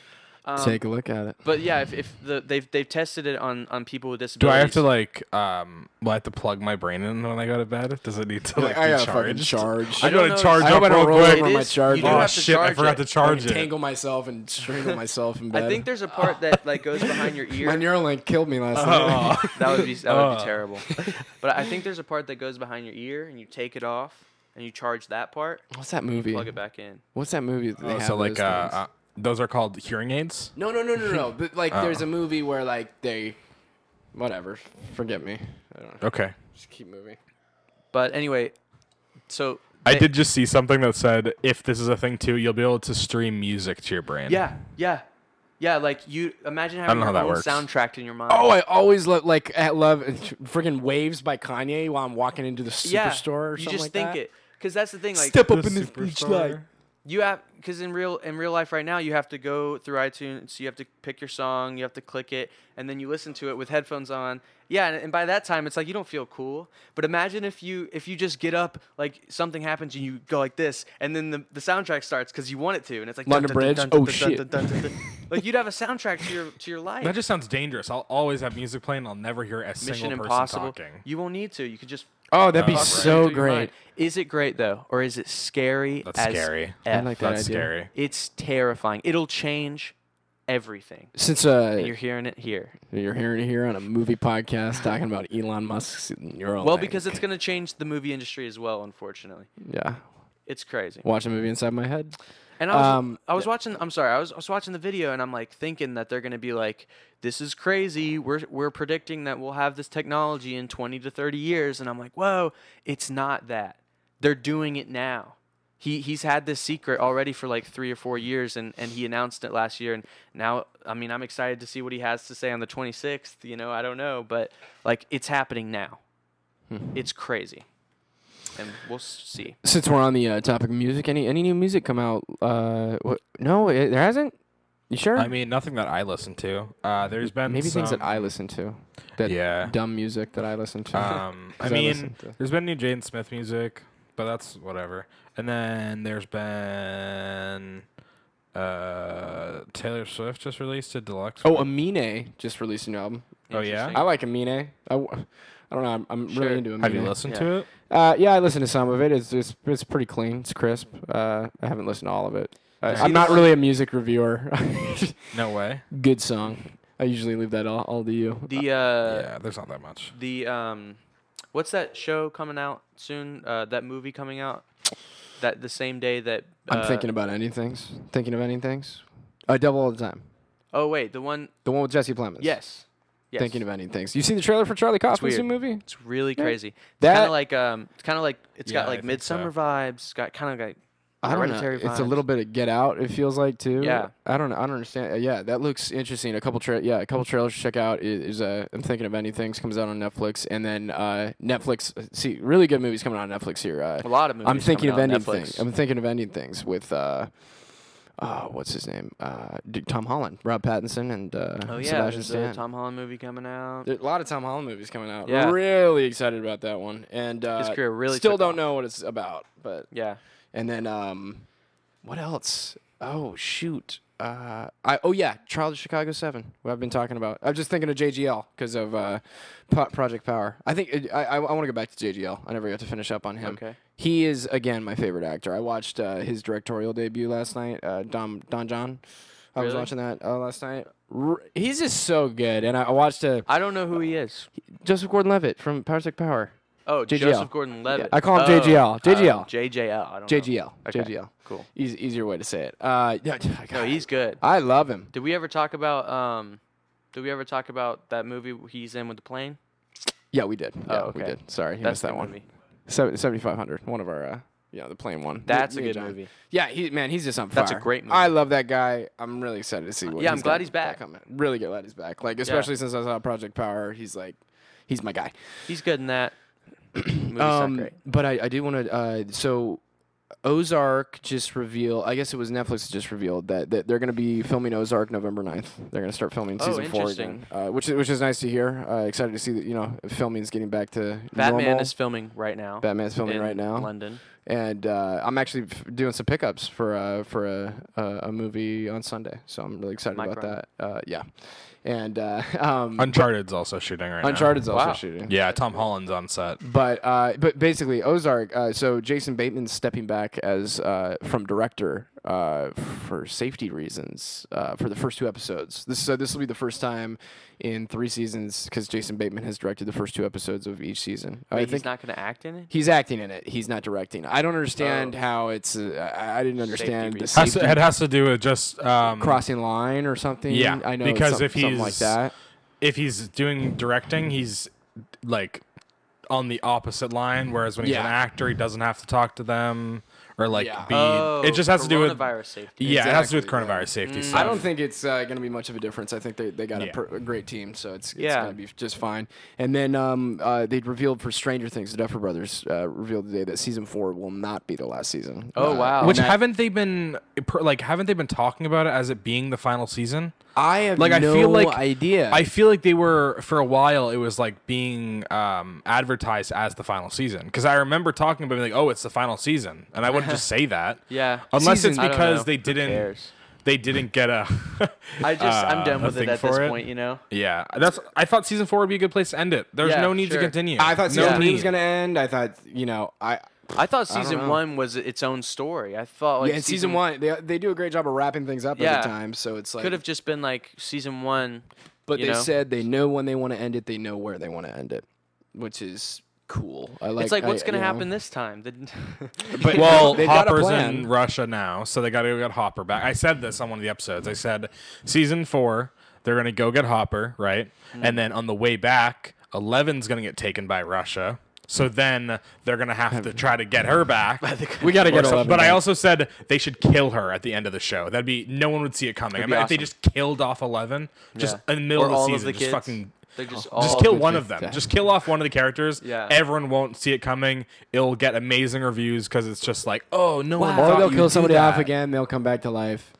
B: Um,
A: Take a look at it.
B: but yeah, if, if the, they've they've tested it on, on people with
C: do
B: disabilities.
C: I have to like um? Will I have to plug my brain in when I go to bed? Does it need to like,
A: I
C: be
A: gotta fucking
C: charged?
A: charge.
C: I
B: don't
C: gotta
B: know.
C: charge
A: I
C: up
A: gotta
C: real
A: roll
C: quick.
A: over
B: It
A: my
B: is-
A: charger.
B: you do
C: Oh
B: have to
C: shit! I
B: charge
C: forgot
B: it.
C: to charge it.
A: Tangle myself and strangle myself in bed.
B: I think there's a part that like goes behind your ear.
A: my Neuralink killed me last night.
C: Oh.
B: That would be that would be
C: Oh.
B: terrible. But I think there's a part that goes behind your ear, and you take it off, and you charge that part,
A: What's that movie?
B: plug it back in.
A: What's that movie? That they
C: Oh,
A: have
C: so like
A: those
C: uh,
A: things?
C: uh, those are called hearing aids.
A: No, no, no, no, no. But like,
C: Oh.
A: there's a movie where like they, whatever. Forget me. I don't know.
C: Okay.
A: Just keep moving.
B: But anyway, so
C: I
B: they-
C: did just see something that said if this is a thing too, you'll be able to stream music to your brain.
B: Yeah, yeah, yeah. Like you imagine
C: know
B: having
C: how
B: your
C: that
B: own
C: works.
B: soundtrack in your mind.
A: Oh, I always love like at love freaking waves by Kanye while I'm walking into the superstore
B: yeah.
A: or
B: you
A: something
B: just
A: like
B: think
A: that.
B: it because that's the thing. Like
A: Step up in this beach light.
B: you have because in real in real life right now you have to go through itunes you have to pick your song you have to click it and then you listen to it with headphones on yeah and, and by that time it's like you don't feel cool but imagine if you if you just get up like something happens and you go like this and then the, the soundtrack starts because you want it to and it's like
A: London
B: dun, dun,
A: Bridge?
B: dun,
A: Oh,
B: dun, dun,
A: shit.
B: dun, dun, dun, dun. like you'd have a soundtrack to your to your life
C: That just sounds dangerous. I'll always have music playing. I'll never hear a
B: mission
C: single person
B: impossible
C: talking.
B: you won't need to you could just
A: Oh, that'd be
C: Oh, right.
A: so
B: through your mind.
A: great.
B: is it great though or is it scary
C: That's
B: as
C: scary.
A: I
B: F?
A: like that
C: That's
A: idea.
C: scary.
B: It's terrifying. It'll change everything.
A: Since uh,
B: You're hearing it here.
A: you're, hearing it here on a movie podcast talking about Elon Musk's Neuralink.
B: Well, because it's going to change the movie industry as well, unfortunately.
A: yeah,
B: It's crazy.
A: watch a movie inside my head.
B: And I was,
A: Um,
B: I was watching, I'm sorry, I was, I was watching the video and I'm like thinking that they're going to be like, this is crazy. We're, we're predicting that we'll have this technology in 20 to 30 years. And I'm like, whoa, it's not that. They're doing it now. He, he's had this secret already for like three or four years and, and he announced it last year. And now, I mean, I'm excited to see what he has to say on the 26th. You know, I don't know, but like it's happening now. it's crazy. And we'll s- see.
A: Since we're on the uh, topic of music, any any new music come out? Uh, what? No, it, there hasn't. You sure?
C: I mean, nothing that I listen to. Uh, there's been
A: Maybe things
C: some-
A: that I listen to. That
C: Yeah.
A: Dumb music that I listen to.
C: Um, I
A: 'Cause I
C: mean,
A: listen to-
C: there's been new Jaden Smith music, but that's whatever. And then there's been uh, Taylor Swift just released a deluxe.
A: oh, Amine just released a new album.
C: Oh, yeah?
A: I like Amine. I, w- I don't know. I'm, I'm
B: Sure.
A: really into Amine.
C: have you listened
B: Yeah.
C: to it?
A: Uh, yeah, I listened to some of it. It's it's, it's pretty clean. It's crisp. Uh, I haven't listened to all of it. I,
B: See,
A: I'm not
B: this-
A: really a music reviewer.
C: No way.
A: Good song. I usually leave that all, all to you.
B: The, uh,
C: yeah, there's not that much.
B: the um what's that show coming out soon uh that movie coming out that the same day that
A: I'm
B: uh,
A: thinking about anything's. Thinking of anything's. I double all the time.
B: oh wait the one
A: The one with Jesse Plemons.
B: yes yes
A: Thinking of anything's. You seen the trailer for Charlie Kaufman's new
B: weird.
A: movie?
B: it's really
A: Yeah.
B: crazy it's
A: That-
B: kind of like um it's kind of like it's
C: Yeah,
B: got
C: I
B: like
C: think so.
B: midsummer vibes it's got kind of like
A: I don't know.
B: Hereditary
A: It's a
B: vibes.
A: little bit of Get Out. It feels like too.
B: Yeah.
A: I don't. I don't understand. uh, Yeah, that looks interesting. A couple tra- Yeah, a couple trailers to check out. i- Is uh, I'm thinking of any things comes out on Netflix, and then uh, Netflix. See, really good movies coming out on Netflix here. Uh,
B: A lot of movies.
A: I'm thinking of
B: coming
A: ending
B: out on Netflix.
A: things. I'm thinking of ending things with. Uh, uh, what's his name? Uh, d- Tom Holland, Rob Pattinson, and uh,
B: Oh yeah,
A: Sebastian
B: there's a
A: Stan.
B: Tom Holland movie coming out.
A: There- a lot of Tom Holland movies coming out.
B: Yeah.
A: Really excited about that one, and uh,
B: His career really
A: still
B: took
A: don't
B: off.
A: know what it's about, but
B: Yeah.
A: and then um, what else? Oh shoot. Uh, I oh yeah, Trial of Chicago Seven. What I've been talking about. I'm just thinking of JGL because of uh, po- Project Power. I think it, I I, I want to go back to JGL. I never got to finish up on him.
B: Okay.
A: He is again my favorite actor. I watched uh, his directorial debut last night. Uh, Don Don John. I was
B: Really?
A: watching that uh, last night. R- he's just so good, and I, I watched a
B: I don't know who he is.
A: Joseph Gordon-Levitt from Power Tech Power.
B: Oh,
A: JGL.
B: Joseph Gordon-Levitt.
A: Yeah, I call him
B: Oh,
A: JGL.
B: um,
A: JGL.
B: JJL. I don't know.
A: JGL.
B: Okay,
A: JGL.
B: Cool.
A: Eas easier way to say it. Uh, yeah,
B: No,
A: God.
B: he's good.
A: I love him.
B: Did we ever talk about um? Did we ever talk about that movie he's in with the plane?
A: Yeah, we did. Yeah,
B: Oh,
A: we
B: okay.
A: did. Sorry, you
B: That's
A: missed that
B: the
A: one.
B: movie.
A: Se- 7500, one of our uh yeah, the plain one. Me-
B: That's a
A: me and
B: good
A: John.
B: movie.
A: Yeah, he man, he's just on fire.
B: That's a great movie. Uh,
A: I love that guy. I'm really excited to see what
B: Yeah, I'm
A: he's
B: glad
A: got-
B: he's back.
A: got coming. Really glad he's back. Like especially since I saw Project Power, he's like he's my guy.
B: He's good in that. Movie's
A: Um,
B: not great.
A: But I, I do want to. Uh, so Ozark just revealed. I guess it was Netflix just revealed that, that they're going to be filming Ozark November 9th. They're going to start filming
B: Oh,
A: season four
B: interesting.
A: again, uh, which is- which is nice to hear. Uh, excited to see that you know filming's getting back to
B: Batman
A: normal.
B: is filming right now.
A: Batman's filming
B: in
A: right now,
B: London.
A: and uh, I'm actually f- doing some pickups for uh, for a, a a movie on Sunday. So I'm really excited
B: Mike
A: about
B: Ryan.
A: that. Uh, yeah, and uh, um,
C: Uncharted's also shooting right now.
A: Uncharted's also
B: Wow.
A: shooting.
C: Yeah, Tom Holland's on set.
A: But uh, but basically Ozark. Uh, so Jason Bateman's stepping back as uh, from director uh, for safety reasons uh, for the first two episodes. This so this will be the first time in three seasons because Jason Bateman has directed the first two episodes of each season. I
B: Wait,
A: think
B: he's not going to act in it.
A: he's acting in it. He's not directing. I don't understand
B: Oh.
A: how it's. Uh, I I didn't understand the
B: reasons.
C: Has to-
A: safety
C: it has to do with just um,
A: crossing line or something.
C: Yeah,
A: I know
C: because
A: some-
C: if
A: something like
C: he's-
A: that.
C: if he's doing directing, he's like on the opposite line. Whereas when he's an
A: Yeah.
C: actor, he doesn't have to talk to them or like
A: Yeah.
C: be.
B: Oh,
C: it just has to do with
B: coronavirus safety.
C: yeah, it has to do with
A: Exactly, yeah. Mm.
C: coronavirus safety.
A: I
C: stuff.
A: don't think it's uh, going to be much of a difference. I think they, they got a,
C: Yeah.
A: per- a great team, so it's, it's
B: Yeah.
A: going to be just fine. And then um, uh, they revealed for Stranger Things, the Duffer Brothers uh, revealed today that season four will not be the last season.
B: Oh,
A: Uh,
B: wow.
C: Which
A: and that-
C: haven't they been per- like? Haven't they been talking about it as it being the final season?
A: I have
C: Like
A: no
C: I feel like
A: idea.
C: I feel like they were for a while. It was like being um, advertised as the final season because I remember talking about it, like, oh, it's the final season, and I wouldn't just say that.
B: Yeah.
C: Unless
A: Season- I
B: don't
C: it's
B: know.
C: because they
B: Who
C: didn't
B: cares?
C: they didn't get a.
B: I just I'm
C: uh,
B: done
C: a
B: with it
C: thing
B: at
C: for
B: this point. You know.
C: Yeah, that's. I thought season four would be a good place to end it. There's
B: Yeah,
C: no need
B: sure.
C: to continue.
A: I thought
C: no
A: season three
C: need.
A: was going to end. I thought you know I.
B: I thought season
A: know.
B: one was its own story. I thought like
A: yeah, in season one, they, they do a great job of wrapping things up
B: Yeah.
A: every time. So it's like,
B: could have just been like season one.
A: but
B: you
A: they
B: know?
A: said they know when they want to end it, they know where they want to end it, which is cool. I like.
B: It's like
A: I-
B: what's gonna
A: you know.
B: happen this time? Didn't-
A: But
C: well,
A: they've got a
C: Hopper's
A: plan.
C: in Russia now, so they got to go get Hopper back. I said this on one of the episodes. I said season four, they're gonna go get Hopper, right?
B: Mm.
C: And then on the way back, Eleven's gonna get taken by Russia. So then they're gonna have to try to get her back.
A: We gotta
C: Or
A: get
C: something.
A: 11
C: But I
A: back.
C: also said they should kill her at the end of the show. That'd be no one would see it coming. I
B: be
C: mean, if they
B: awesome.
C: just killed off Eleven, just
B: Yeah.
C: in the middle
B: or
C: of the
B: all
C: season,
B: of the
C: just
B: kids.
C: fucking
B: They're just all
C: just kill
A: good
C: one
A: things
C: of them.
A: to happen.
C: Just kill off one of the characters.
B: Yeah.
C: Everyone won't see it coming. It'll get amazing reviews because it's just like, oh no one.
A: Or
C: thought
A: they'll
C: you'd
A: kill
C: do
A: somebody off
C: that.
A: again. They'll come back to life.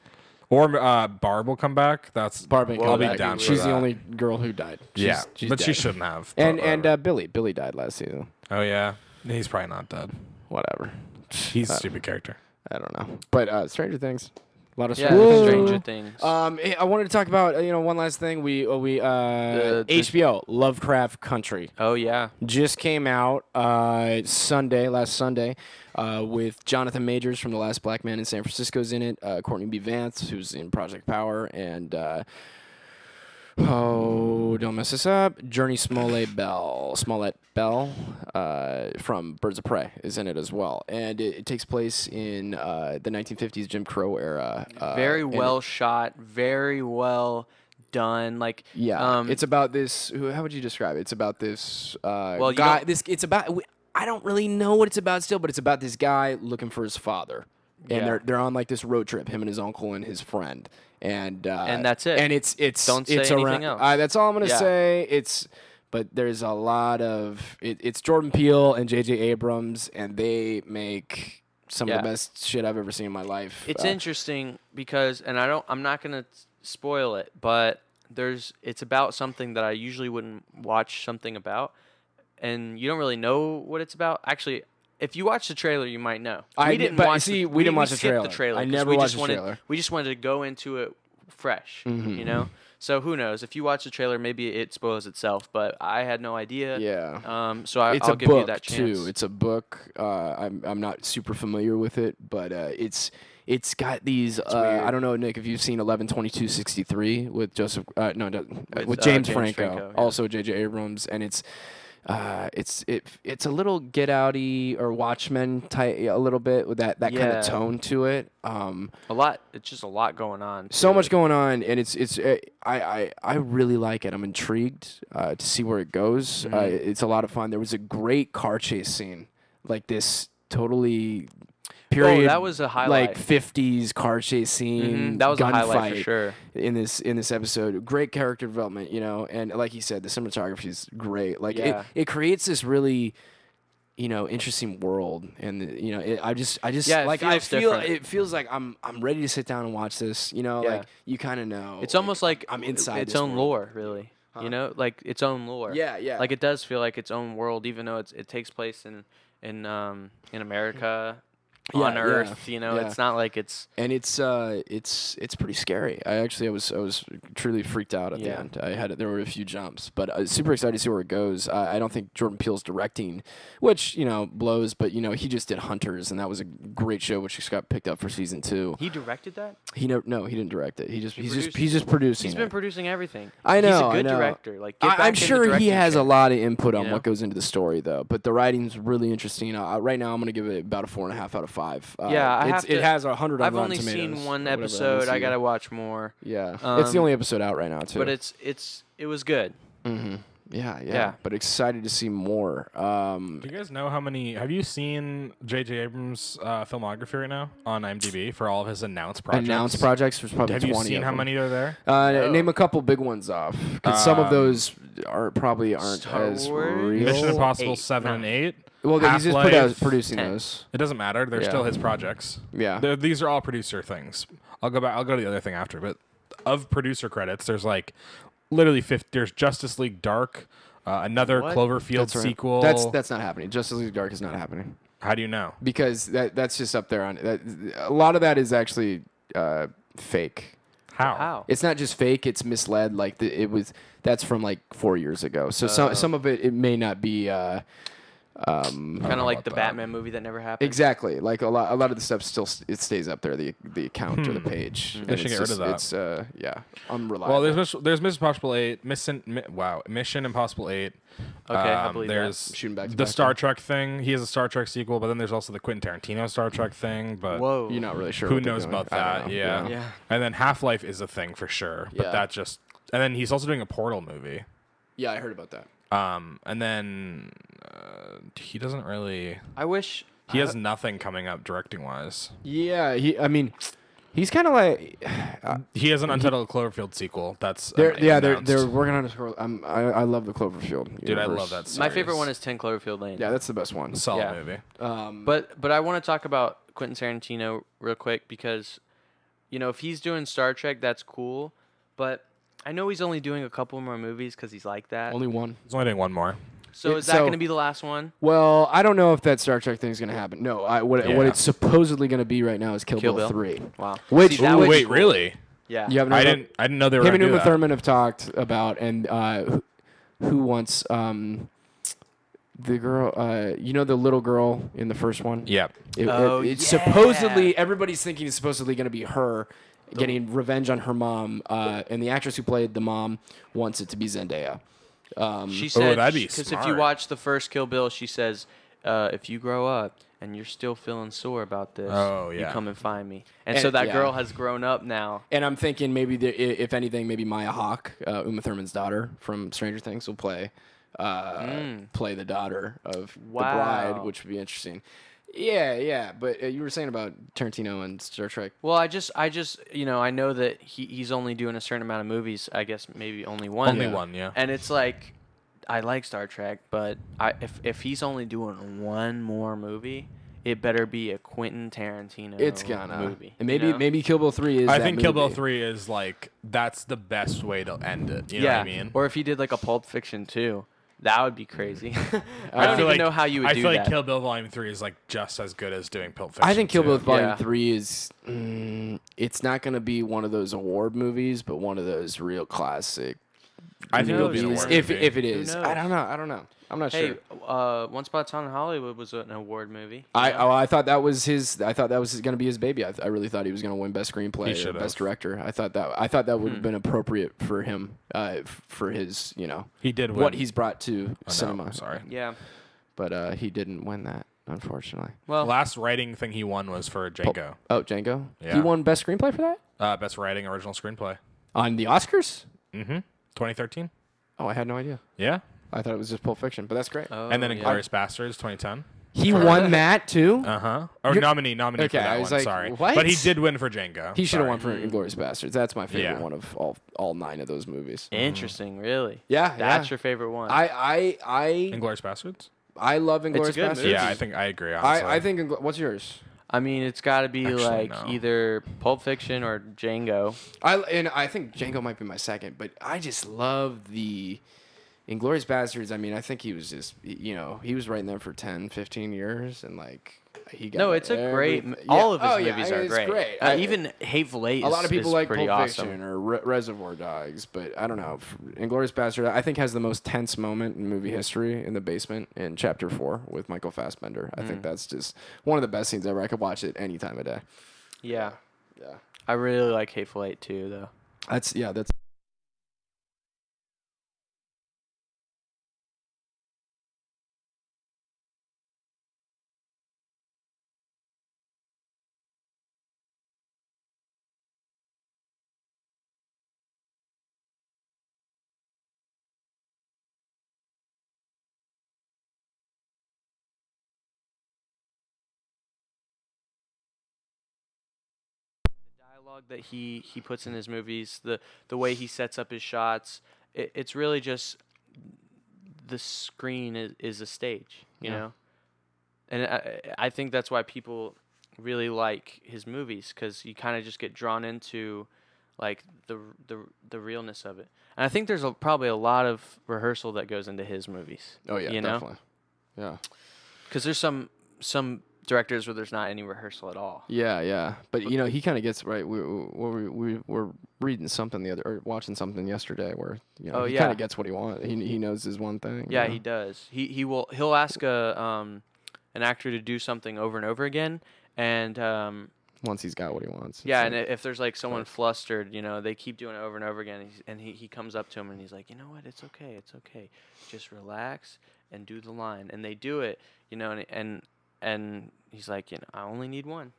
C: Or uh, Barb will come back. That's
A: Barb and
B: Well,
A: I'll
B: that'd be
C: down for
A: She's the
C: that.
A: only girl who died. She's,
C: yeah,
A: she's
C: but she
A: dead.
C: shouldn't have. but
A: And and
C: whatever.
A: uh, Billy, Billy died last season.
C: oh yeah, he's probably not dead.
A: Whatever. Uh,
C: He's a stupid character.
A: I don't know. But uh, Stranger Things, a lot of
B: yeah,
A: Stranger Things.
B: Stranger Things.
A: Um, eh, I wanted to talk about uh, you know one last thing. We uh, we uh,
B: The- the-
A: HBO Lovecraft Country
B: oh yeah.
A: just came out uh, Sunday, last Sunday, uh, with Jonathan Majors from The Last Black Man in San Francisco's in it. Uh, Courtney B. Vance, who's in Project Power, and uh, oh, don't mess this up. Journey Smollett Bell, Smollett Bell uh, from Birds of Prey is in it as well, and it, it takes place in uh, the 1950s Jim Crow era. Uh,
B: very
A: and-
B: well shot. Very well done. Like
A: yeah,
B: Um,
A: it's about this. who- How would you describe it? It's about this uh,
B: Well, you
A: guy.
B: don't-
A: This it's about. I don't really know what it's about still, but it's about this guy looking for his father. and
B: Yeah.
A: they're they're on like this road trip. Him and his uncle and his friend, and uh,
B: And that's it.
A: And it's it's
B: Don't say
A: it's
B: anything
A: around.
B: else.
A: Uh, that's all I'm gonna
B: Yeah.
A: say. It's but there's a lot of it, it's Jordan Peele and J.J. Abrams, and they make some of
B: Yeah.
A: the best shit I've ever seen in my life.
B: It's
A: Uh,
B: interesting because, and I don't, I'm not gonna s- spoil it, but there's, it's about something that I usually wouldn't watch something about, and you don't really know what it's about. Actually, if you watch the trailer, you might know.
A: I
B: we
A: did-
B: didn't
A: but
B: watch.
A: see,
B: the,
A: we didn't watch the
B: skipped
A: trailer. I
B: 'cause
A: never
B: we
A: watched
B: just
A: the
B: wanted,
A: trailer. Mm-hmm,
B: We just wanted to go into it fresh, you know. So who knows? If you watch the trailer, maybe it spoils itself. But I had no idea.
A: yeah.
B: Um. So I,
A: it's
B: I'll
A: a
B: give
A: book
B: you that chance.
A: too. It's a book. Uh, I'm I'm not super familiar with it, but uh, it's it's got these. uh, I don't know, Nick, if you've seen Eleven Twenty Two Sixty Three with Joseph. Uh, no, no, with,
B: With, uh,
A: James,
B: James
A: Franco,
B: Franco, yeah.
A: also J.J. Abrams, and it's. Uh, it's it it's a little get outy or Watchmen type a little bit with that, that kind
B: Yeah.
A: of tone to it. Um,
B: a lot. It's just a lot going on.
A: so
B: to
A: much
B: it.
A: going on, and it's it's uh, I I, I really like it. I'm intrigued uh, to see where it goes.
B: Mm-hmm.
A: Uh, it's a lot of fun. There was a great car chase scene, like this totally period.
B: Oh, that was a highlight.
A: Like 50s car chase scene.
B: Mhm, That was a highlight
A: gunfight
B: for sure.
A: in this in this episode. Great character development, you know, and like you said, the cinematography is great. Like
B: Yeah.
A: it, it creates this really, you know, interesting world, and you know, it, I just I just
B: Yeah, it
A: like I
B: feels
A: feel
B: different.
A: it feels like I'm I'm ready to sit down and watch this. You know,
B: Yeah.
A: like you kind of know.
B: It's almost like
A: I'm inside
B: its
A: this
B: own
A: world.
B: lore, really. You know, like its own lore.
A: Yeah, yeah.
B: Like it does feel like its own world, even though it's it takes place in in um in America,
A: Yeah,
B: on
A: yeah,
B: Earth. You know,
A: yeah.
B: it's not like it's
A: and it's uh it's it's pretty scary. I actually I was I was truly freaked out at the
B: Yeah.
A: end. I had there were a few jumps, but I was super excited to see where it goes. I, I don't think Jordan Peele's directing, which you know blows, but you know he just did Hunters, and that was a great show, which just got picked up for season two.
B: he directed that.
A: He no no he didn't direct it. He just he's
B: produced
A: just he's just producing.
B: He's been
A: it.
B: producing everything.
A: I
B: He's
A: know,
B: a
A: I
B: good
A: know.
B: director. Like get
A: I,
B: back
A: I'm
B: in the
A: sure he
B: directing
A: has a
B: chair.
A: lot of input on
B: you know?
A: what goes into the story, though. But the writing's really interesting. Uh, right now, I'm gonna give it about a four and a half out of five. Uh,
B: Yeah, I
A: it's,
B: have
A: it
B: to-
A: has a hundred.
B: I've only seen one episode. I gotta watch more.
A: Yeah, it's the
B: um,
A: only episode out right now too.
B: But it's it's it was good.
A: Yeah, yeah,
B: Yeah.
A: But excited to see more. Um,
C: Do you guys know how many? Have you seen J.J. Abrams' uh, filmography right now on IMDb for all of his announced projects?
A: announced projects. There's probably
C: Have
A: 20
C: you seen
A: of
C: how
A: them.
C: many are there?
A: Uh,
B: Oh.
A: Name a couple big ones off, 'cause some of
C: Um,
A: those are probably aren't
B: Star
A: as
B: Wars?
A: real.
C: Mission
B: Eight,
C: Impossible seven
B: nine.
C: and eight.
A: Well, he's just produ-
C: Half-Life,
A: producing
B: Ten.
A: those.
C: It doesn't matter. They're
A: Yeah.
C: still his projects.
A: Yeah.
C: They're- these are all producer things. I'll go back. I'll go to the other thing after. But of producer credits, there's like literally 50, There's Justice League Dark, uh, another
B: What?
C: Cloverfield
A: right.
C: sequel.
A: That's that's not happening. Justice League Dark is not happening
C: how do you know?
A: because that that's just up there on that. A lot of that is actually uh, fake.
C: How?
B: How?
A: It's not just fake; it's misled. Like the, it was. That's from like four years ago. So
C: Oh.
A: some some of it it may not be. Uh, um,
B: kind of like the
C: about that.
B: Batman movie that never happened.
A: Exactly. Like a lot, a lot of the stuff still s- it stays up there, the the account or the page. And
C: Hmm. should
A: it's
C: get rid of that.
A: It's uh, yeah, unreliable.
C: Well, there's Mis- there's Mission Impossible eight. Mission Mi- wow, Mission Impossible eight.
B: Okay, I
C: Um,
B: believe that.
C: there's
A: Shooting back to
C: the
A: back
C: Star Trek thing. He has a Star Trek sequel, but then there's also the Quentin Tarantino Star Trek thing. But
B: Whoa.
A: you're not really sure.
C: who
A: what they're
C: knows
A: doing.
C: about
A: I don't
C: that?
A: know.
C: Yeah.
B: Yeah.
C: And then Half Life is a thing for sure, but
A: Yeah.
C: that just and then he's also doing a Portal movie.
A: Yeah, I heard about that.
C: Um, and then uh, he doesn't really.
B: I wish
C: He has nothing coming up directing wise.
A: Yeah, he. I mean, he's kind of like
C: He has an untitled Cloverfield sequel. That's
A: Uh, they're
C: um,
A: yeah they're
C: announced.
A: they're working on a squirrel. I'm, I I love the Cloverfield.
C: dude. I
A: universe.
C: love that. Series.
B: my favorite one is Ten Cloverfield Lane.
A: Yeah, that's the best one.
C: solid
B: yeah.
C: movie.
A: Um,
B: But but I want to talk about Quentin Tarantino real quick because, you know, if he's doing Star Trek, that's cool. But I know he's only doing a couple more movies because he's like that.
A: only one.
C: He's only doing one more.
B: so
A: it-
B: is that
A: so-
B: going to be the last one?
A: Well, I don't know if that Star Trek thing is going to happen. No, I, what
C: Yeah.
A: what it's supposedly going to be right now is Kill,
B: Kill
A: Bill,
B: Bill.
A: three.
B: Wow.
A: Which
B: See, that
A: Ooh,
B: would be
C: oh, Wait,
B: cool.
C: really?
B: Yeah.
A: You have
C: I didn't. I didn't know they were
A: Him and
C: gonna do
A: Uma
C: that.
A: Thurman have talked about, and uh, who, who wants um, the girl? Uh, you know the little girl in the first one.
C: Yep.
A: It-
B: Oh,
A: it- it's
B: yeah.
A: supposedly everybody's thinking it's supposedly going to be her getting revenge on her mom, uh, and the actress who played the mom wants it to be Zendaya. Um,
B: She said
C: oh, that'd be
B: because if you
C: smart.
B: watch the first Kill Bill, she says, uh, if you grow up and you're still feeling sore about this,
C: Oh,
B: you
C: yeah.
B: come and find me. And,
A: And-
B: so that
A: yeah.
B: girl has grown up now.
A: and I'm thinking maybe the, i- if anything, maybe Maya Hawke, uh, Uma Thurman's daughter from Stranger Things, will play uh, play the daughter of the bride,
B: Hmm. Wow.
A: which would be interesting. Yeah, yeah. But uh, you were saying about Tarantino and Star Trek.
B: Well, I just, I just, you know, I know that he, he's only doing a certain amount of movies. I guess maybe only one.
C: Only one, yeah.
B: And it's like, I like Star Trek, but I, if if he's only doing one more movie, it better be a Quentin Tarantino.
A: It's gonna
B: Oh, movie.
A: And maybe
B: you know?
A: maybe Kill Bill three is.
C: I
A: that
C: think Kill Bill
A: movie.
C: Three is like that's the best way to end it. You know
B: yeah.
C: what I mean?
B: Or if he did like a Pulp Fiction too, that would be crazy. Mm. I
A: feel
B: don't even
C: like,
B: know how you would
C: I
B: do
C: feel
B: that.
C: like Kill Bill Volume Three is like just as good as doing Pulp Fiction.
A: I think Kill Bill
C: too.
A: Volume
B: Yeah.
A: Three is. Mm, it's not going to be one of those award movies, but one of those real classic.
C: I think it'll
B: knows,
C: be an
A: movies,
C: award
A: if
C: movie.
A: if it is. I
B: knows?
A: don't know. I don't know. I'm not
B: hey,
A: sure.
B: uh, Once Upon a Time in Hollywood was an award movie.
A: I oh, I thought that was his. I thought that was going to be his baby. I, th- I really thought he was going to win best
C: He
A: screenplay or
C: should've.
A: best director. I thought that I thought that
B: Hmm.
A: would have been appropriate for him, uh, f- for his you know
C: he did
A: what
C: win.
A: he's brought to
C: Oh, no,
A: cinema.
C: I'm sorry.
B: yeah.
A: but uh, he didn't win that unfortunately.
B: Well,
C: Last writing thing he won was for Django.
A: Oh, Django. He
C: Yeah.
A: won best screenplay for that
C: Uh, best writing original screenplay.
A: on the Oscars.
C: Mm-hmm. 2013.
A: Oh, I had no idea.
C: Yeah.
A: I thought it was just Pulp Fiction, but that's great.
B: oh,
C: and then
B: yeah.
C: Inglorious Bastards 2010.
A: He won that too.
C: Uh huh. Or
A: Uh-huh. You're-
C: nominee, nominee
A: Okay,
C: for that
A: I was
C: one.
A: like,
C: sorry,
A: what?
C: but he did win for Django.
A: he should have
C: Sorry.
A: won for Inglorious Bastards. That's my favorite
C: Yeah.
A: one of all all nine of those movies.
B: Interesting, really.
A: Yeah,
B: That's
A: yeah.
B: your favorite one.
A: I I
C: Inglorious Bastards.
A: I I love Inglorious
B: good
A: Bastards.
B: movie.
C: Yeah, I think I agree. Honestly.
A: I, I think Ingl- what's yours?
B: I mean, it's got to be
C: Actually,
B: like
C: no.
B: either Pulp Fiction or Django.
A: I and I think Django might be my second, but I just love the Inglorious Bastards. I mean, I think he was just you know he was right there for 10, 15 years, and like he got
B: No, it's a great.
A: everyth-
B: All
A: Yeah.
B: of his
A: Oh, yeah,
B: movies
A: I mean,
B: are
A: it's
B: great. Uh,
A: I-
B: even Hateful Eight.
A: a lot of
B: is-
A: people
B: is
A: like
B: pretty
A: Pulp
B: awesome.
A: Fiction or Re- Reservoir Dogs, but I don't know. Inglorious Bastard, I think, has the most tense moment in movie history in the basement in Chapter Four with Michael Fassbender. I
B: Mm.
A: think that's just one of the best scenes ever. I could watch it any time of day.
B: Yeah,
A: Yeah,
B: I really like Hateful Eight too, though.
A: that's yeah, that's
B: dialogue that he he puts in his movies, the the way he sets up his shots, it, it's really just the screen is, is a stage, you
A: Yeah.
B: know. And I I think that's why people really like his movies because you kind of just get drawn into like the the the realness of it. And I think there's a, probably a lot of rehearsal that goes into his movies.
A: oh yeah,
B: you know,
A: definitely. Yeah.
B: because there's some some directors where there's not any rehearsal at all.
A: Yeah, yeah, but you know he kind of gets right. We, we we were reading something the other or watching something yesterday where you know
B: Oh,
A: he
B: yeah.
A: kind of gets what he wants. He he knows his one thing. you
B: Yeah,
A: know?
B: he does. He he will he'll ask a um an actor to do something over and over again, and um
A: once he's got what he wants. it's
B: yeah,
A: like-
B: and if there's like someone flustered, you know, they keep doing it over and over again, and, he's, and he he comes up to him and he's like, you know what, it's okay, it's okay, just relax and do the line, and they do it, you know, and and and he's like, you know, I only need one,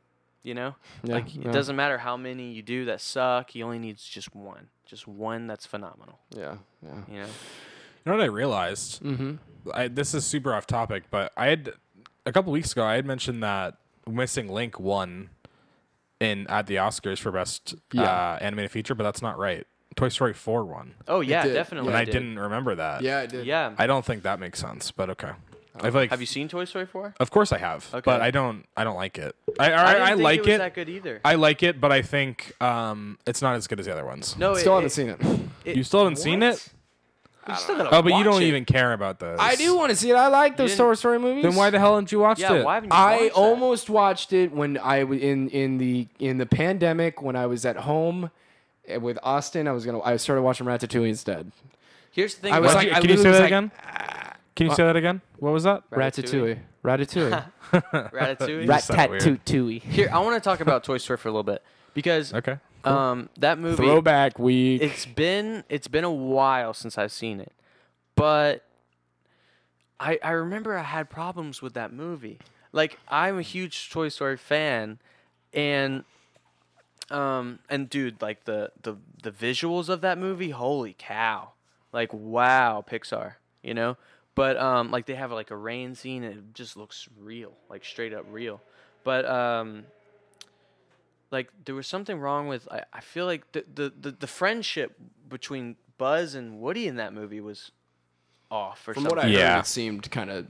B: you know,
A: Yeah,
B: like
A: yeah.
B: it doesn't matter how many you do that suck, he only needs just one, just one that's phenomenal,
A: yeah, yeah.
B: you know.
C: You know what I realized?
A: Mm-hmm.
B: Uh,
C: I, this is super off topic, but I had a couple weeks ago I had mentioned that Missing Link won in at the Oscars for best
A: Yeah.
C: uh, animated feature, but that's not right. Toy Story Four won,
B: Oh yeah,
A: did.
B: definitely.
C: and I
B: did.
C: didn't remember that.
A: Yeah, it did.
B: Yeah. Oh,
C: I don't think that makes sense, but okay. I feel like
B: Have you seen Toy Story 4?
C: Of course I have,
B: Okay.
C: but I don't. I don't like it. I I, I
B: didn't
C: like
B: think
C: it.
B: was that good either.
C: I like it, but I think um, it's not as good as the other ones.
B: no,
A: Still haven't seen it.
B: it-
C: You still haven't seen
B: what?
C: it?
B: You're still gonna
C: Oh, but you
B: watch
C: don't
B: it.
C: even care about those.
A: I do want to see it. I like those
B: didn't-
A: Toy Story movies.
C: Then why the hell haven't you watched
B: Yeah,
C: it?
B: why haven't you watched
A: I
B: that?
A: almost watched it when I w- in in the in the pandemic when I was at home eh, with Austin. I was gonna. I started watching Ratatouille instead.
B: Here's the thing.
A: I
C: Why'd
A: was
B: about-
A: like- uh,
C: you-
A: I
C: can you say
A: literally
C: that
A: was
C: again? Can you say that again? What was that?
A: Ratatouille.
B: Ratatouille.
A: Ratatouille.
B: Ratatouille.
C: You said it weird.
B: Here, I want to talk about Toy Story for a little bit because
C: Okay.
B: um that movie
A: Throwback week.
B: it's been it's been a while since I've seen it, but I I remember I had problems with that movie. Like I'm a huge Toy Story fan, and um and dude, like the the the visuals of that movie, holy cow! Like wow, Pixar, you know. But um, like they have like a rain scene, and it just looks real, like straight up real. But um, like there was something wrong with. I, I feel like the, the the the friendship between Buzz and Woody in that movie was off. Or
A: From
B: something.
A: what I heard,
C: Yeah.
A: it seemed kind of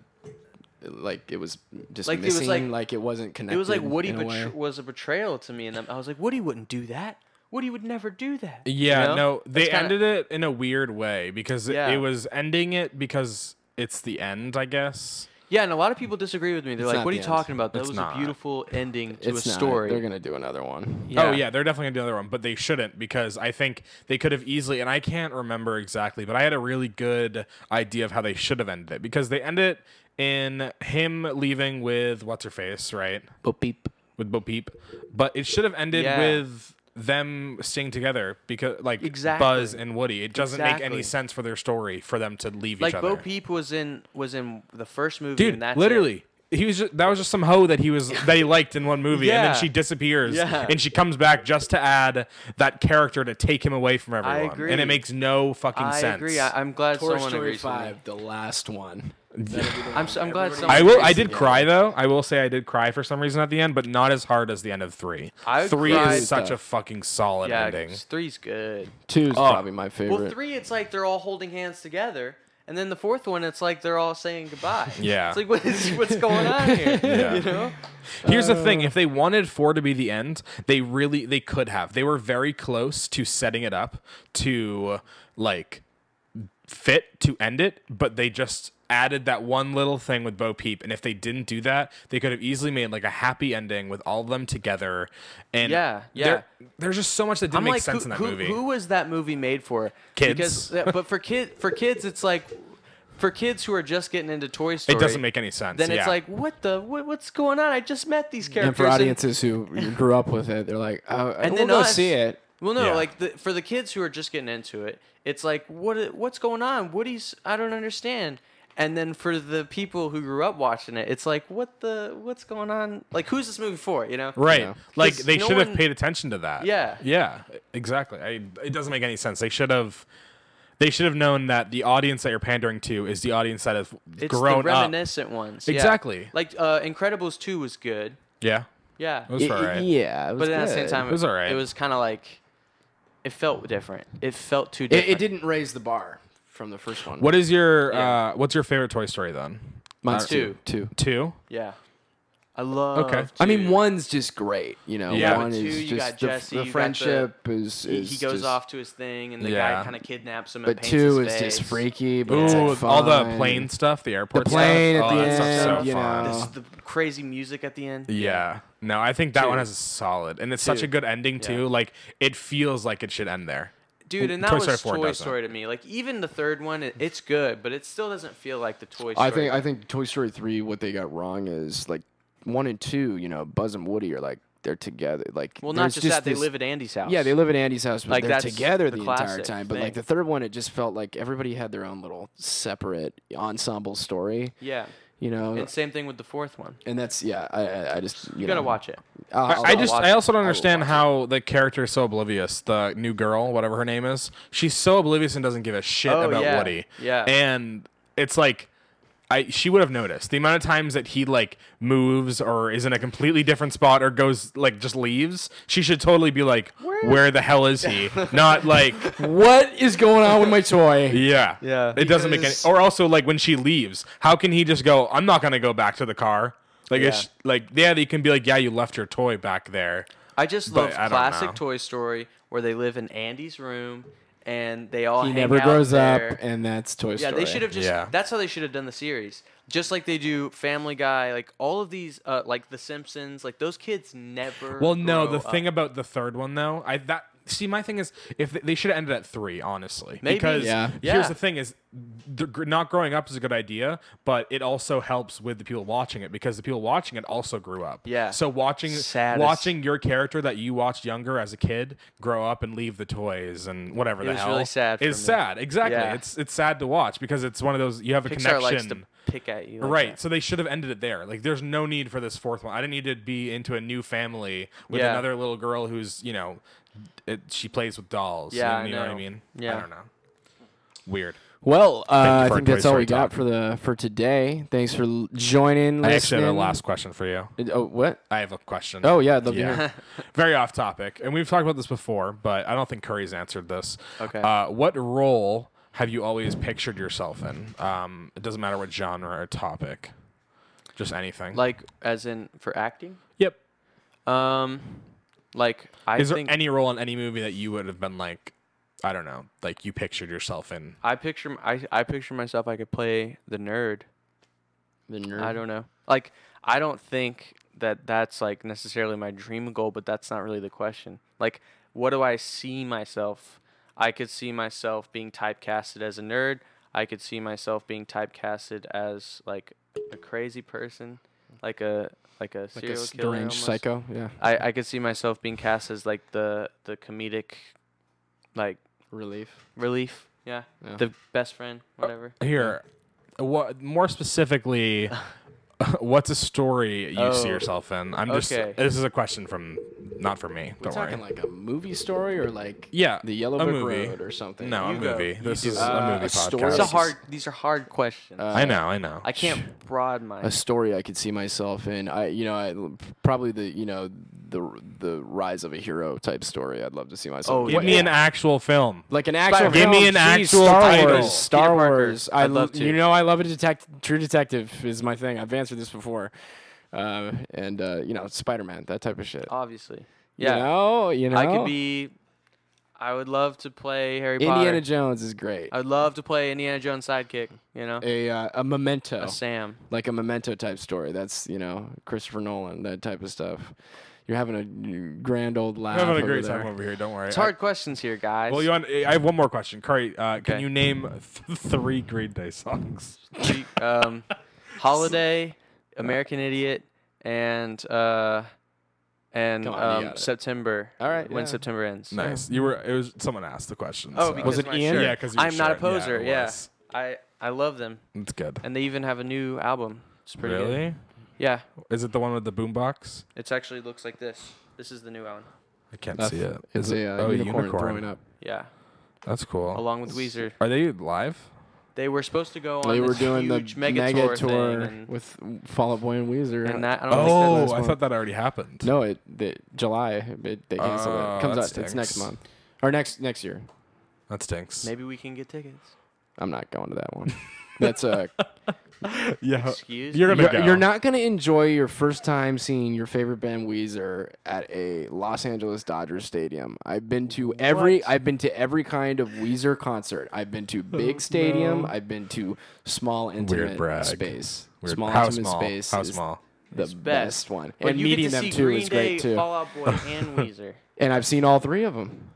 A: like it was just
B: Like, it was
A: missing.
B: like-
A: like it wasn't connected.
B: It was like Woody
A: in a way.
B: betr was a betrayal to me, and I was like, Woody wouldn't do that. Woody would never do that. you
C: Yeah,
B: know?
C: no, they
B: That's kinda-
C: ended it in a weird way because it,
B: Yeah.
C: it was ending it because it's the end, I guess.
B: Yeah, and a lot of people disagree with me. They're
A: It's
B: like,
A: not
B: "What are
A: the
B: you
A: end.
B: talking about? That
C: It's
B: was
C: not.
B: a beautiful ending to
A: It's
B: a
A: not.
B: story."
A: They're gonna do another one.
C: Oh yeah, they're definitely gonna do another one, but they shouldn't because I think they could have easily. And I can't remember exactly, but I had a really good idea of how they should have ended it because they end it in him leaving with what's her face, right?
A: Boop beep.
C: With Bo Peep, but it should have ended
B: Yeah.
C: with them staying together because like Buzz
B: Exactly.
C: and Woody. It doesn't make any
B: Exactly.
C: sense for their story for them to leave each
B: Like
C: other.
B: Bo Peep was in was in the first movie,
C: Dude,
B: and that's it.
C: literally. He was just, that was just some hoe that he was that he liked in one movie, and then
B: Yeah.
C: she disappears,
B: Yeah.
C: and she comes back just to add that character to take him away from everyone, and
B: agree.
C: it makes no fucking
B: I
C: sense.
B: agree. I, I'm glad
A: Toy
B: someone
A: Story
B: agrees with me.
A: Five, the last one.
B: I'm so, I'm glad someone.
C: I will. I
B: agrees with
C: did
B: me.
C: cry though. I will say I did cry for some reason at the end, but not as hard as the end of three.
B: I
C: three
B: cried-
C: is such a fucking solid
B: Yeah,
C: ending.
B: 'cause three's good.
A: Two's probably my favorite.
B: Well, three, it's like they're all holding hands together, and then the fourth one, it's like they're all saying goodbye.
C: Yeah.
B: It's like what is what's going on here?
C: Yeah.
B: You know.
C: Here's the thing: if they wanted four to be the end, they really they could have. They were very close to setting it up to like fit to end it, but they just added that one little thing with Bo Peep. And if they didn't do that, they could have easily made like a happy ending with all of them together. And
B: Yeah, yeah.
C: there- there's just so much that didn't
B: I'm
C: make
B: like,
C: sense
B: who,
C: in that
B: who,
C: movie.
B: who was that movie made for?
C: Kids.
B: Because, yeah, but for kid, for kids, it's like, for kids who are just getting into Toy Story,
C: it doesn't make any sense.
B: Then
C: yeah.
B: it's like, what the, what, what's going on? I just met these characters.
A: and for audiences who grew up with it, they're like, oh, and
B: And
A: we'll
B: then
A: go
B: us.
A: see it.
B: well, no,
C: Yeah.
B: like the, for the kids who are just getting into it, it's like, what, i- what's going on? Woody's, I don't understand. And then for the people who grew up watching it, it's like, what the, what's going on? Like, who's this movie for? You know?
C: Right.
A: Yeah.
C: Like
B: 'Cause
C: they
B: no
C: should have
B: one-
C: paid attention to that.
B: Yeah.
C: Yeah. Exactly. I, it doesn't make any sense. They should have. They should have known that the audience that you're pandering to is the audience that has
B: It's
C: grown
B: the
C: up.
B: reminiscent ones. yeah.
C: Exactly.
B: Like uh, Incredibles two was good.
C: Yeah.
B: Yeah.
C: It was
A: Y- y-
C: alright.
A: Yeah, it was
B: but then at the same
A: good.
B: time,
C: It was alright.
B: It was kind of like it felt different. It felt too
A: it,
B: different.
A: it didn't raise the bar from the first one.
C: What is your
B: Yeah.
C: uh, what's your favorite Toy Story then?
A: Mine's
B: Uh,
A: two. Two.
C: Two.
B: Yeah, I love.
C: Okay.
A: I mean,
B: two.
A: one's just great. You know,
C: Yeah.
A: one
C: But
B: two,
A: is
B: you
A: just
B: got
A: the, the
B: Jesse, you got the-
A: friendship is,
B: He,
A: is
B: he goes
A: just-
B: off to his thing, and the
C: Yeah.
B: guy kind of kidnaps him.
A: But
B: and paints
A: two
B: his
A: is just
B: face.
A: freaky. But it's,
C: Ooh,
A: like,
C: all the
A: fun.
C: plane stuff, the airport.
A: The plane
C: stuff.
A: at
C: oh,
A: the
C: that stuff's
A: end,
C: so
A: you
C: fun.
A: know.
B: This, the crazy music at the end.
C: Yeah. No, I think that one
B: Two.
C: has a solid, and it's such
B: Two.
C: a good ending too.
B: Yeah.
C: Like it feels like it should end there.
B: dude, and
C: Toy
B: that
C: Story
B: was
C: 4
B: Toy
C: doesn't.
B: Story to me. Like even the third one, it, it's good, but it still doesn't feel like the Toy Story.
A: I think I think Toy Story three. What they got wrong is like one and two. You know, Buzz and Woody are like they're together. Like
B: well, not
A: there's
B: just, that they
A: this-
B: live at Andy's house.
A: Yeah, they live at Andy's house, but
B: Like,
A: they're
B: that's
A: together
B: the
A: the, entire
B: classic
A: time. But like
B: thing.
A: the third one, it just felt like everybody had their own little separate ensemble story.
B: Yeah,
A: You know,
B: and same thing with the fourth one.
A: and that's Uh, yeah. I I, I just you,
B: You gotta
A: know,
B: watch it.
A: I'll-
C: I,
A: I'll-
C: I just
B: watch
C: I
B: it.
C: also don't
A: will
C: understand
A: watch it.
C: how the character is so oblivious. The new girl, whatever her name is, she's so oblivious and doesn't give a shit
B: Oh,
C: about
B: yeah.
C: Woody.
B: Yeah.
C: and it's like. I, she would have noticed the amount of times that he like moves or is in a completely different spot or goes like just leaves. She should totally be like, "Where, the hell is he?" Not like,
A: what is going on with my toy?
C: yeah,
B: Yeah.
C: It doesn't make any.
B: Because-
C: Or also like when she leaves, how can he just go? I'm not gonna go back to the car. Like, it's, like yeah, they can be like, "Yeah, you left your toy back there."
B: I just
C: But
B: love
C: I don't know.
B: classic Toy Story where they live in Andy's room and they all
A: He
B: hang
A: never
B: out
A: grows
B: there.
A: up, and that's Toy
B: yeah,
A: Story.
B: they should have just.
C: Yeah.
B: That's how they should have done the series. Just like they do Family Guy, like all of these, uh, like The Simpsons, like those kids never.
C: Well, no,
B: grow
C: the thing
B: up.
C: about the third one though, I that see my thing is if they, they should have ended at three, honestly,
B: Maybe.
C: because
A: Yeah.
C: here's
B: Yeah.
C: the thing is the, gr- not growing up is a good idea, but it also helps with the people watching it because the people watching it also grew up.
B: Yeah.
C: So watching
B: Saddest-
C: watching your character that you watched younger as a kid grow up and leave the toys and whatever the
B: was
C: hell
B: really sad for
C: is
B: me.
C: sad. Exactly.
B: Yeah.
C: It's it's sad to watch because it's one of those you have a
B: Pixar likes
C: connection.
B: to pick at you. like
C: Right.
B: that.
C: So they should have ended it there. Like, there's no need for this fourth one. I didn't need to be into a new family with
B: Yeah.
C: another little girl who's, you know, it, she plays with dolls.
B: Yeah, I
C: You know, what I
B: know.
C: mean? I
B: Yeah.
C: don't know. Weird.
A: Well,
C: you
A: uh, I
C: for
A: think
C: Toy
A: that's all
C: Story
A: we got
C: Talk.
A: for the for today. Thanks for l- joining.
C: I actually have a
A: listening.
C: last question for you.
A: Uh, Oh, what?
C: I have a question.
A: Oh, yeah, I'd love to
C: yeah.
A: hear.
C: Very off topic, and we've talked about this before, but I don't think Curry's answered this.
B: Okay.
C: Uh, what role have you always pictured yourself in? Um, it doesn't matter what genre or topic, just anything.
B: Like as in for acting?
C: yep.
B: Um like I
C: Is there
B: think
C: any role in any movie that you would have been like, I don't know, like you pictured yourself in?
B: I picture m- I, I picture myself I could play the nerd.
A: The nerd.
B: I don't know. Like I don't think that that's like necessarily my dream goal, but that's not really the question. Like what do I see myself? I could see myself being typecasted as a nerd. I could see myself being typecasted as like a crazy person, like a like a
A: like a
B: serial killer,
A: strange
B: almost.
A: psycho. Yeah.
B: I, I could see myself being cast as like the the comedic, like
A: Relief.
B: relief. Yeah.
A: Yeah.
B: The best friend, whatever.
C: Here, what more specifically? What's a story you
B: Oh.
C: see yourself in? I'm just.
B: Okay.
C: This is a question from, not from me.
A: We're
C: Don't worry.
A: talking like a movie story or like
C: Yeah,
A: the Yellow
C: a
A: Brick
C: movie.
A: Road or something.
C: no, a
B: You go.
C: movie.
B: You
C: This
B: do
C: is
B: it.
C: a
A: Uh,
C: movie
A: a story.
C: podcast.
B: These
A: It's
B: are
A: This is-
B: hard. These are hard questions.
A: Uh,
C: I know. I know.
B: I can't broad my.
A: a story I could see myself in. I, you know, I probably the, you know, the the rise of a hero type story. I'd love to see myself.
B: Oh,
A: in.
C: Give me
A: Yeah.
C: an actual film.
A: like an actual.
C: Give me
A: film.
C: an
A: Jeez,
C: actual
A: Star
C: title.
A: Wars. Star
B: Peter Parker.
A: Wars. I
B: I'd love
A: love
B: to.
A: You know, I love a detect. True Detective is my thing. I've answered this before, uh, and uh, you know, Spider Man, that type of shit.
B: obviously.
A: You
B: Oh, Yeah.
A: know, you know.
B: I could be. I would love to play Harry
A: Indiana
B: Potter.
A: Jones is great.
B: I would love to play Indiana Jones sidekick. You know,
A: a uh, a memento.
B: a Sam.
A: like a memento type story. That's you know Christopher Nolan, that type of stuff. You're having a grand old laugh.
C: I'm having a
A: over
C: great
A: there.
C: time over here. Don't worry.
B: It's hard questions here, guys.
C: well, you want, I have one more question, Curry. Uh, Can
B: Okay.
C: you name th- three Green Day songs?
B: Three- um, Holiday, American Idiot, and uh, and
A: Come on, you
B: um,
A: got it.
B: September.
A: All right,
B: when
A: yeah.
B: September ends.
C: Nice. You were. It was someone asked the question.
B: Oh,
C: so-
B: because
A: Was it
B: my
A: Ian?
B: shirt.
C: Yeah, 'cause your
B: I'm not a
C: shirt. Yeah, it
B: poser. Yeah,
C: was.
B: I I love them,
C: It's good.
B: and they even have a new album. It's pretty good.
C: Really?
B: Yeah,
C: Is it the one with the boombox?
B: it actually looks like this. This is the new one.
C: I can't
A: That's-
C: see it.
A: It's
C: Is it-
A: a uh,
C: oh,
A: unicorn, throwing up.
B: Yeah,
C: That's cool.
A: Oh.
B: along with Weezer.
C: Are they live?
B: They were supposed to go on.
A: They were
B: this
A: doing the
B: huge mega, tour, thing and,
A: with Fall Out Boy and Weezer.
B: and that. I don't
C: Oh,
B: think
C: I
A: one.
C: thought that already happened.
A: no, it the, July it, they canceled
C: Oh,
A: it. Comes
C: that
A: out it's next
C: stinks.
A: month or next next year.
C: That stinks.
B: maybe we can get tickets.
A: I'm not going to that one. That's uh,
C: Yeah.
B: Excuse
C: You're gonna
A: you're,
C: go.
A: you're not gonna enjoy your first time seeing your favorite band Weezer at a Los Angeles Dodgers stadium. I've been to every I've been to every kind of Weezer concert. I've been to big stadium. I've been to small intimate
C: brag.
A: space.
C: Weird.
A: Small
C: How
A: intimate
C: small?
A: space
C: How
A: is
C: small?
A: the
B: best.
A: best. one.
B: But
A: and
B: you
A: meeting
B: get to
A: them
B: see
A: too
B: Green
A: is
B: Day,
A: great too.
B: Fall Out Boy, and Weezer.
A: and I've seen all three of them.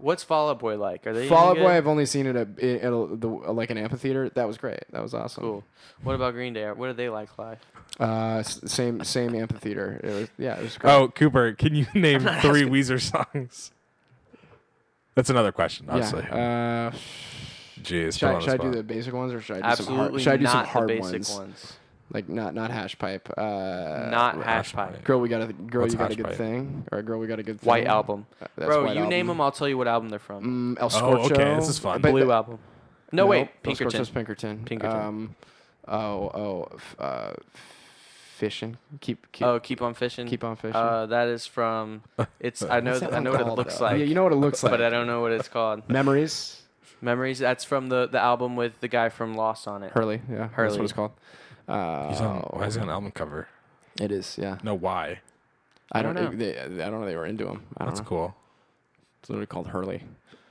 B: What's Fall Out Boy like? Are they any
A: Fall Out
B: good?
A: Boy, I've only seen it at, at a, the, like an amphitheater. That was great. That was awesome.
B: Cool. What about Green Day? What are they like live?
A: Uh, s- same same amphitheater. It was yeah. It was great.
C: Oh, Cooper, can you name three Weezer songs? That's another question, obviously.
A: yeah. Uh,
C: Jeez.
A: Should,
C: put
A: I,
C: on
A: should I
C: spot.
A: do the basic ones or should I do some hard?
B: Absolutely
A: Should I do
B: not
A: some hard
B: the basic
A: ones?
B: ones.
A: Like not not hash pipe. Uh,
B: not
C: Rush
B: hash
C: Pipe.
B: pipe.
A: girl, we got a girl.
C: What's
A: you got a
C: Hash
A: good
C: Pipe?
A: thing, or girl, we got a good thing.
B: White album.
A: Uh, that's
B: Bro,
A: White
B: you name them.
A: Album.
B: I'll tell you what album they're from.
A: Mm, El
C: Oh, okay,
A: Scorcho.
C: this is fun.
A: but-
B: Blue album. No,
A: nope,
B: wait,
A: El
B: Pinkerton.
A: Scorcho's Pinkerton.
B: Pinkerton.
A: Um, oh oh, f- uh, fishing. Keep keep
B: oh, keep on fishing.
A: keep on fishing.
B: Uh, that is from. It's. I know.
A: What's
B: th-
A: that
B: I
A: one
B: know what it
A: called,
B: looks
A: though?
B: like.
A: Yeah, you know what it looks like.
B: but I don't know what it's called.
A: Memories.
B: Memories. That's from the the album with the guy from Lost on it.
A: Hurley. Yeah, that's
B: Hurley.
A: what it's called. Uh,
C: He's on, why is he on an album cover?
A: it is. Yeah,
C: No, why?
A: I don't
B: don't
A: know.
B: know.
A: They, I don't know. They were into him. I don't
C: That's
A: know.
C: cool.
A: It's literally called Hurley.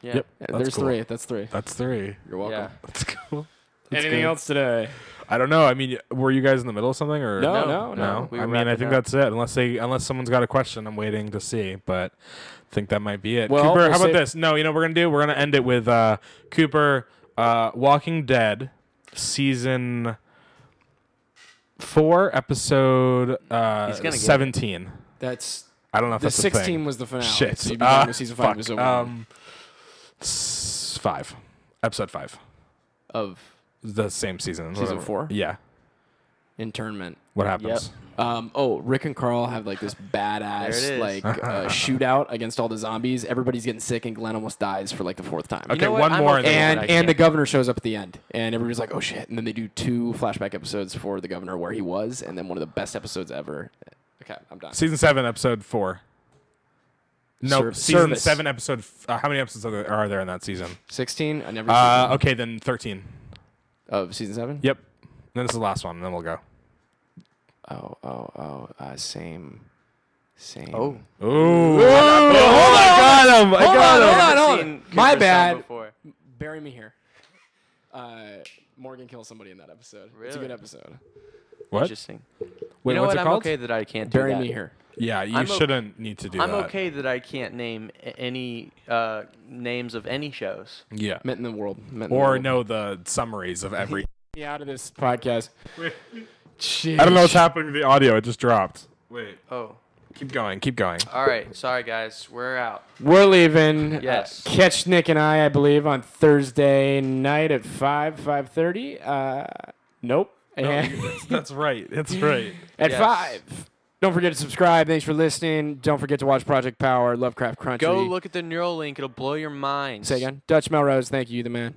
B: Yeah.
C: Yep.
A: Yeah,
C: That's
A: There's
C: cool.
A: three. That's three.
C: That's three.
A: You're welcome.
B: Yeah.
C: That's cool.
A: Anything
C: good.
A: else today?
C: I don't know. I mean, were you guys in the middle of something or
A: No,
B: No,
A: no, no.
C: Oh, No,
B: we
C: I
B: were
C: mean, I
B: wrapping
C: think
B: up.
C: that's it. Unless they, unless someone's got a question, I'm waiting to see. But I think that might be it.
A: Well,
C: Cooper,
A: we'll
C: how about
A: save-
C: this? No, you know what we're gonna do. We're gonna end it with uh, Cooper, uh, Walking Dead, season four, episode uh,
B: He's gonna get it.
C: seventeen.
A: That's
C: I don't know if
A: the
C: that's a thing.
A: sixteen was the finale.
C: Shit.
A: So you'd be
C: Uh,
A: done with season five
C: fuck.
A: episode one
C: Um, s- five, episode five,
A: of
C: the same season.
A: Season
C: Whatever.
A: four?
C: Yeah.
A: internment.
C: What happens?
A: Um, oh, Rick and Carl have like this badass
B: is.
A: like uh, shootout against all the zombies. Everybody's getting sick, and Glenn almost dies for like the fourth time.
C: Okay,
B: what?
C: one
B: I'm
C: more
B: okay
C: then
A: and
B: with it. I
A: and the
B: can't-
A: governor shows up at the end, and everybody's like, "Oh shit!" And then they do two flashback episodes for the governor where he was, and then one of the best episodes ever. Okay, I'm done.
C: Season seven, episode four. No,
A: Serv-
C: season
A: service.
C: seven, episode. F- uh, how many episodes are there, are there in that season?
A: Sixteen. I never.
C: Uh, okay, then thirteen.
A: of season seven.
C: Yep. And then it's the last one. And then we'll go.
A: Oh oh oh. Uh, same. Same.
B: Oh.
C: Ooh. Oh I got him. I
A: on,
C: got him.
A: hold on,
B: Never
A: hold on.
B: seen Cooper's
A: My
B: son
A: bad.
B: before.
A: Bury me here. Uh, Morgan kills somebody in that episode. It's a
B: Really?
A: good episode.
C: What?
B: Interesting.
C: Wait,
B: you know
C: what's
B: what?
C: it
B: I'm
C: called?
B: okay that I can't do
A: Bury
B: that.
A: me here.
C: Yeah, you
B: I'm o-
C: shouldn't need to do
B: I'm
C: that.
B: okay that I can't name a- any uh, names of any shows.
C: Yeah.
A: Met in the world. Met in the
C: Or
A: world.
C: know the summaries of every.
A: me out of this podcast.
C: I don't know what's happening to the audio. It just dropped. Wait.
B: Oh,
C: Keep going. Keep going.
B: all right. Sorry, guys. We're out.
A: We're leaving.
B: Yes.
A: Uh, catch Nick and I, I believe, on Thursday night at five, five thirty. Uh, nope. And-
C: That's right. That's right.
A: at
B: Yes.
A: five. Don't forget to subscribe. Thanks for listening. Don't forget to watch Project Power, Lovecraft Country.
B: Go look at the Neuralink. It'll blow your mind.
A: Say again. Dutch Melrose. Thank you, the man.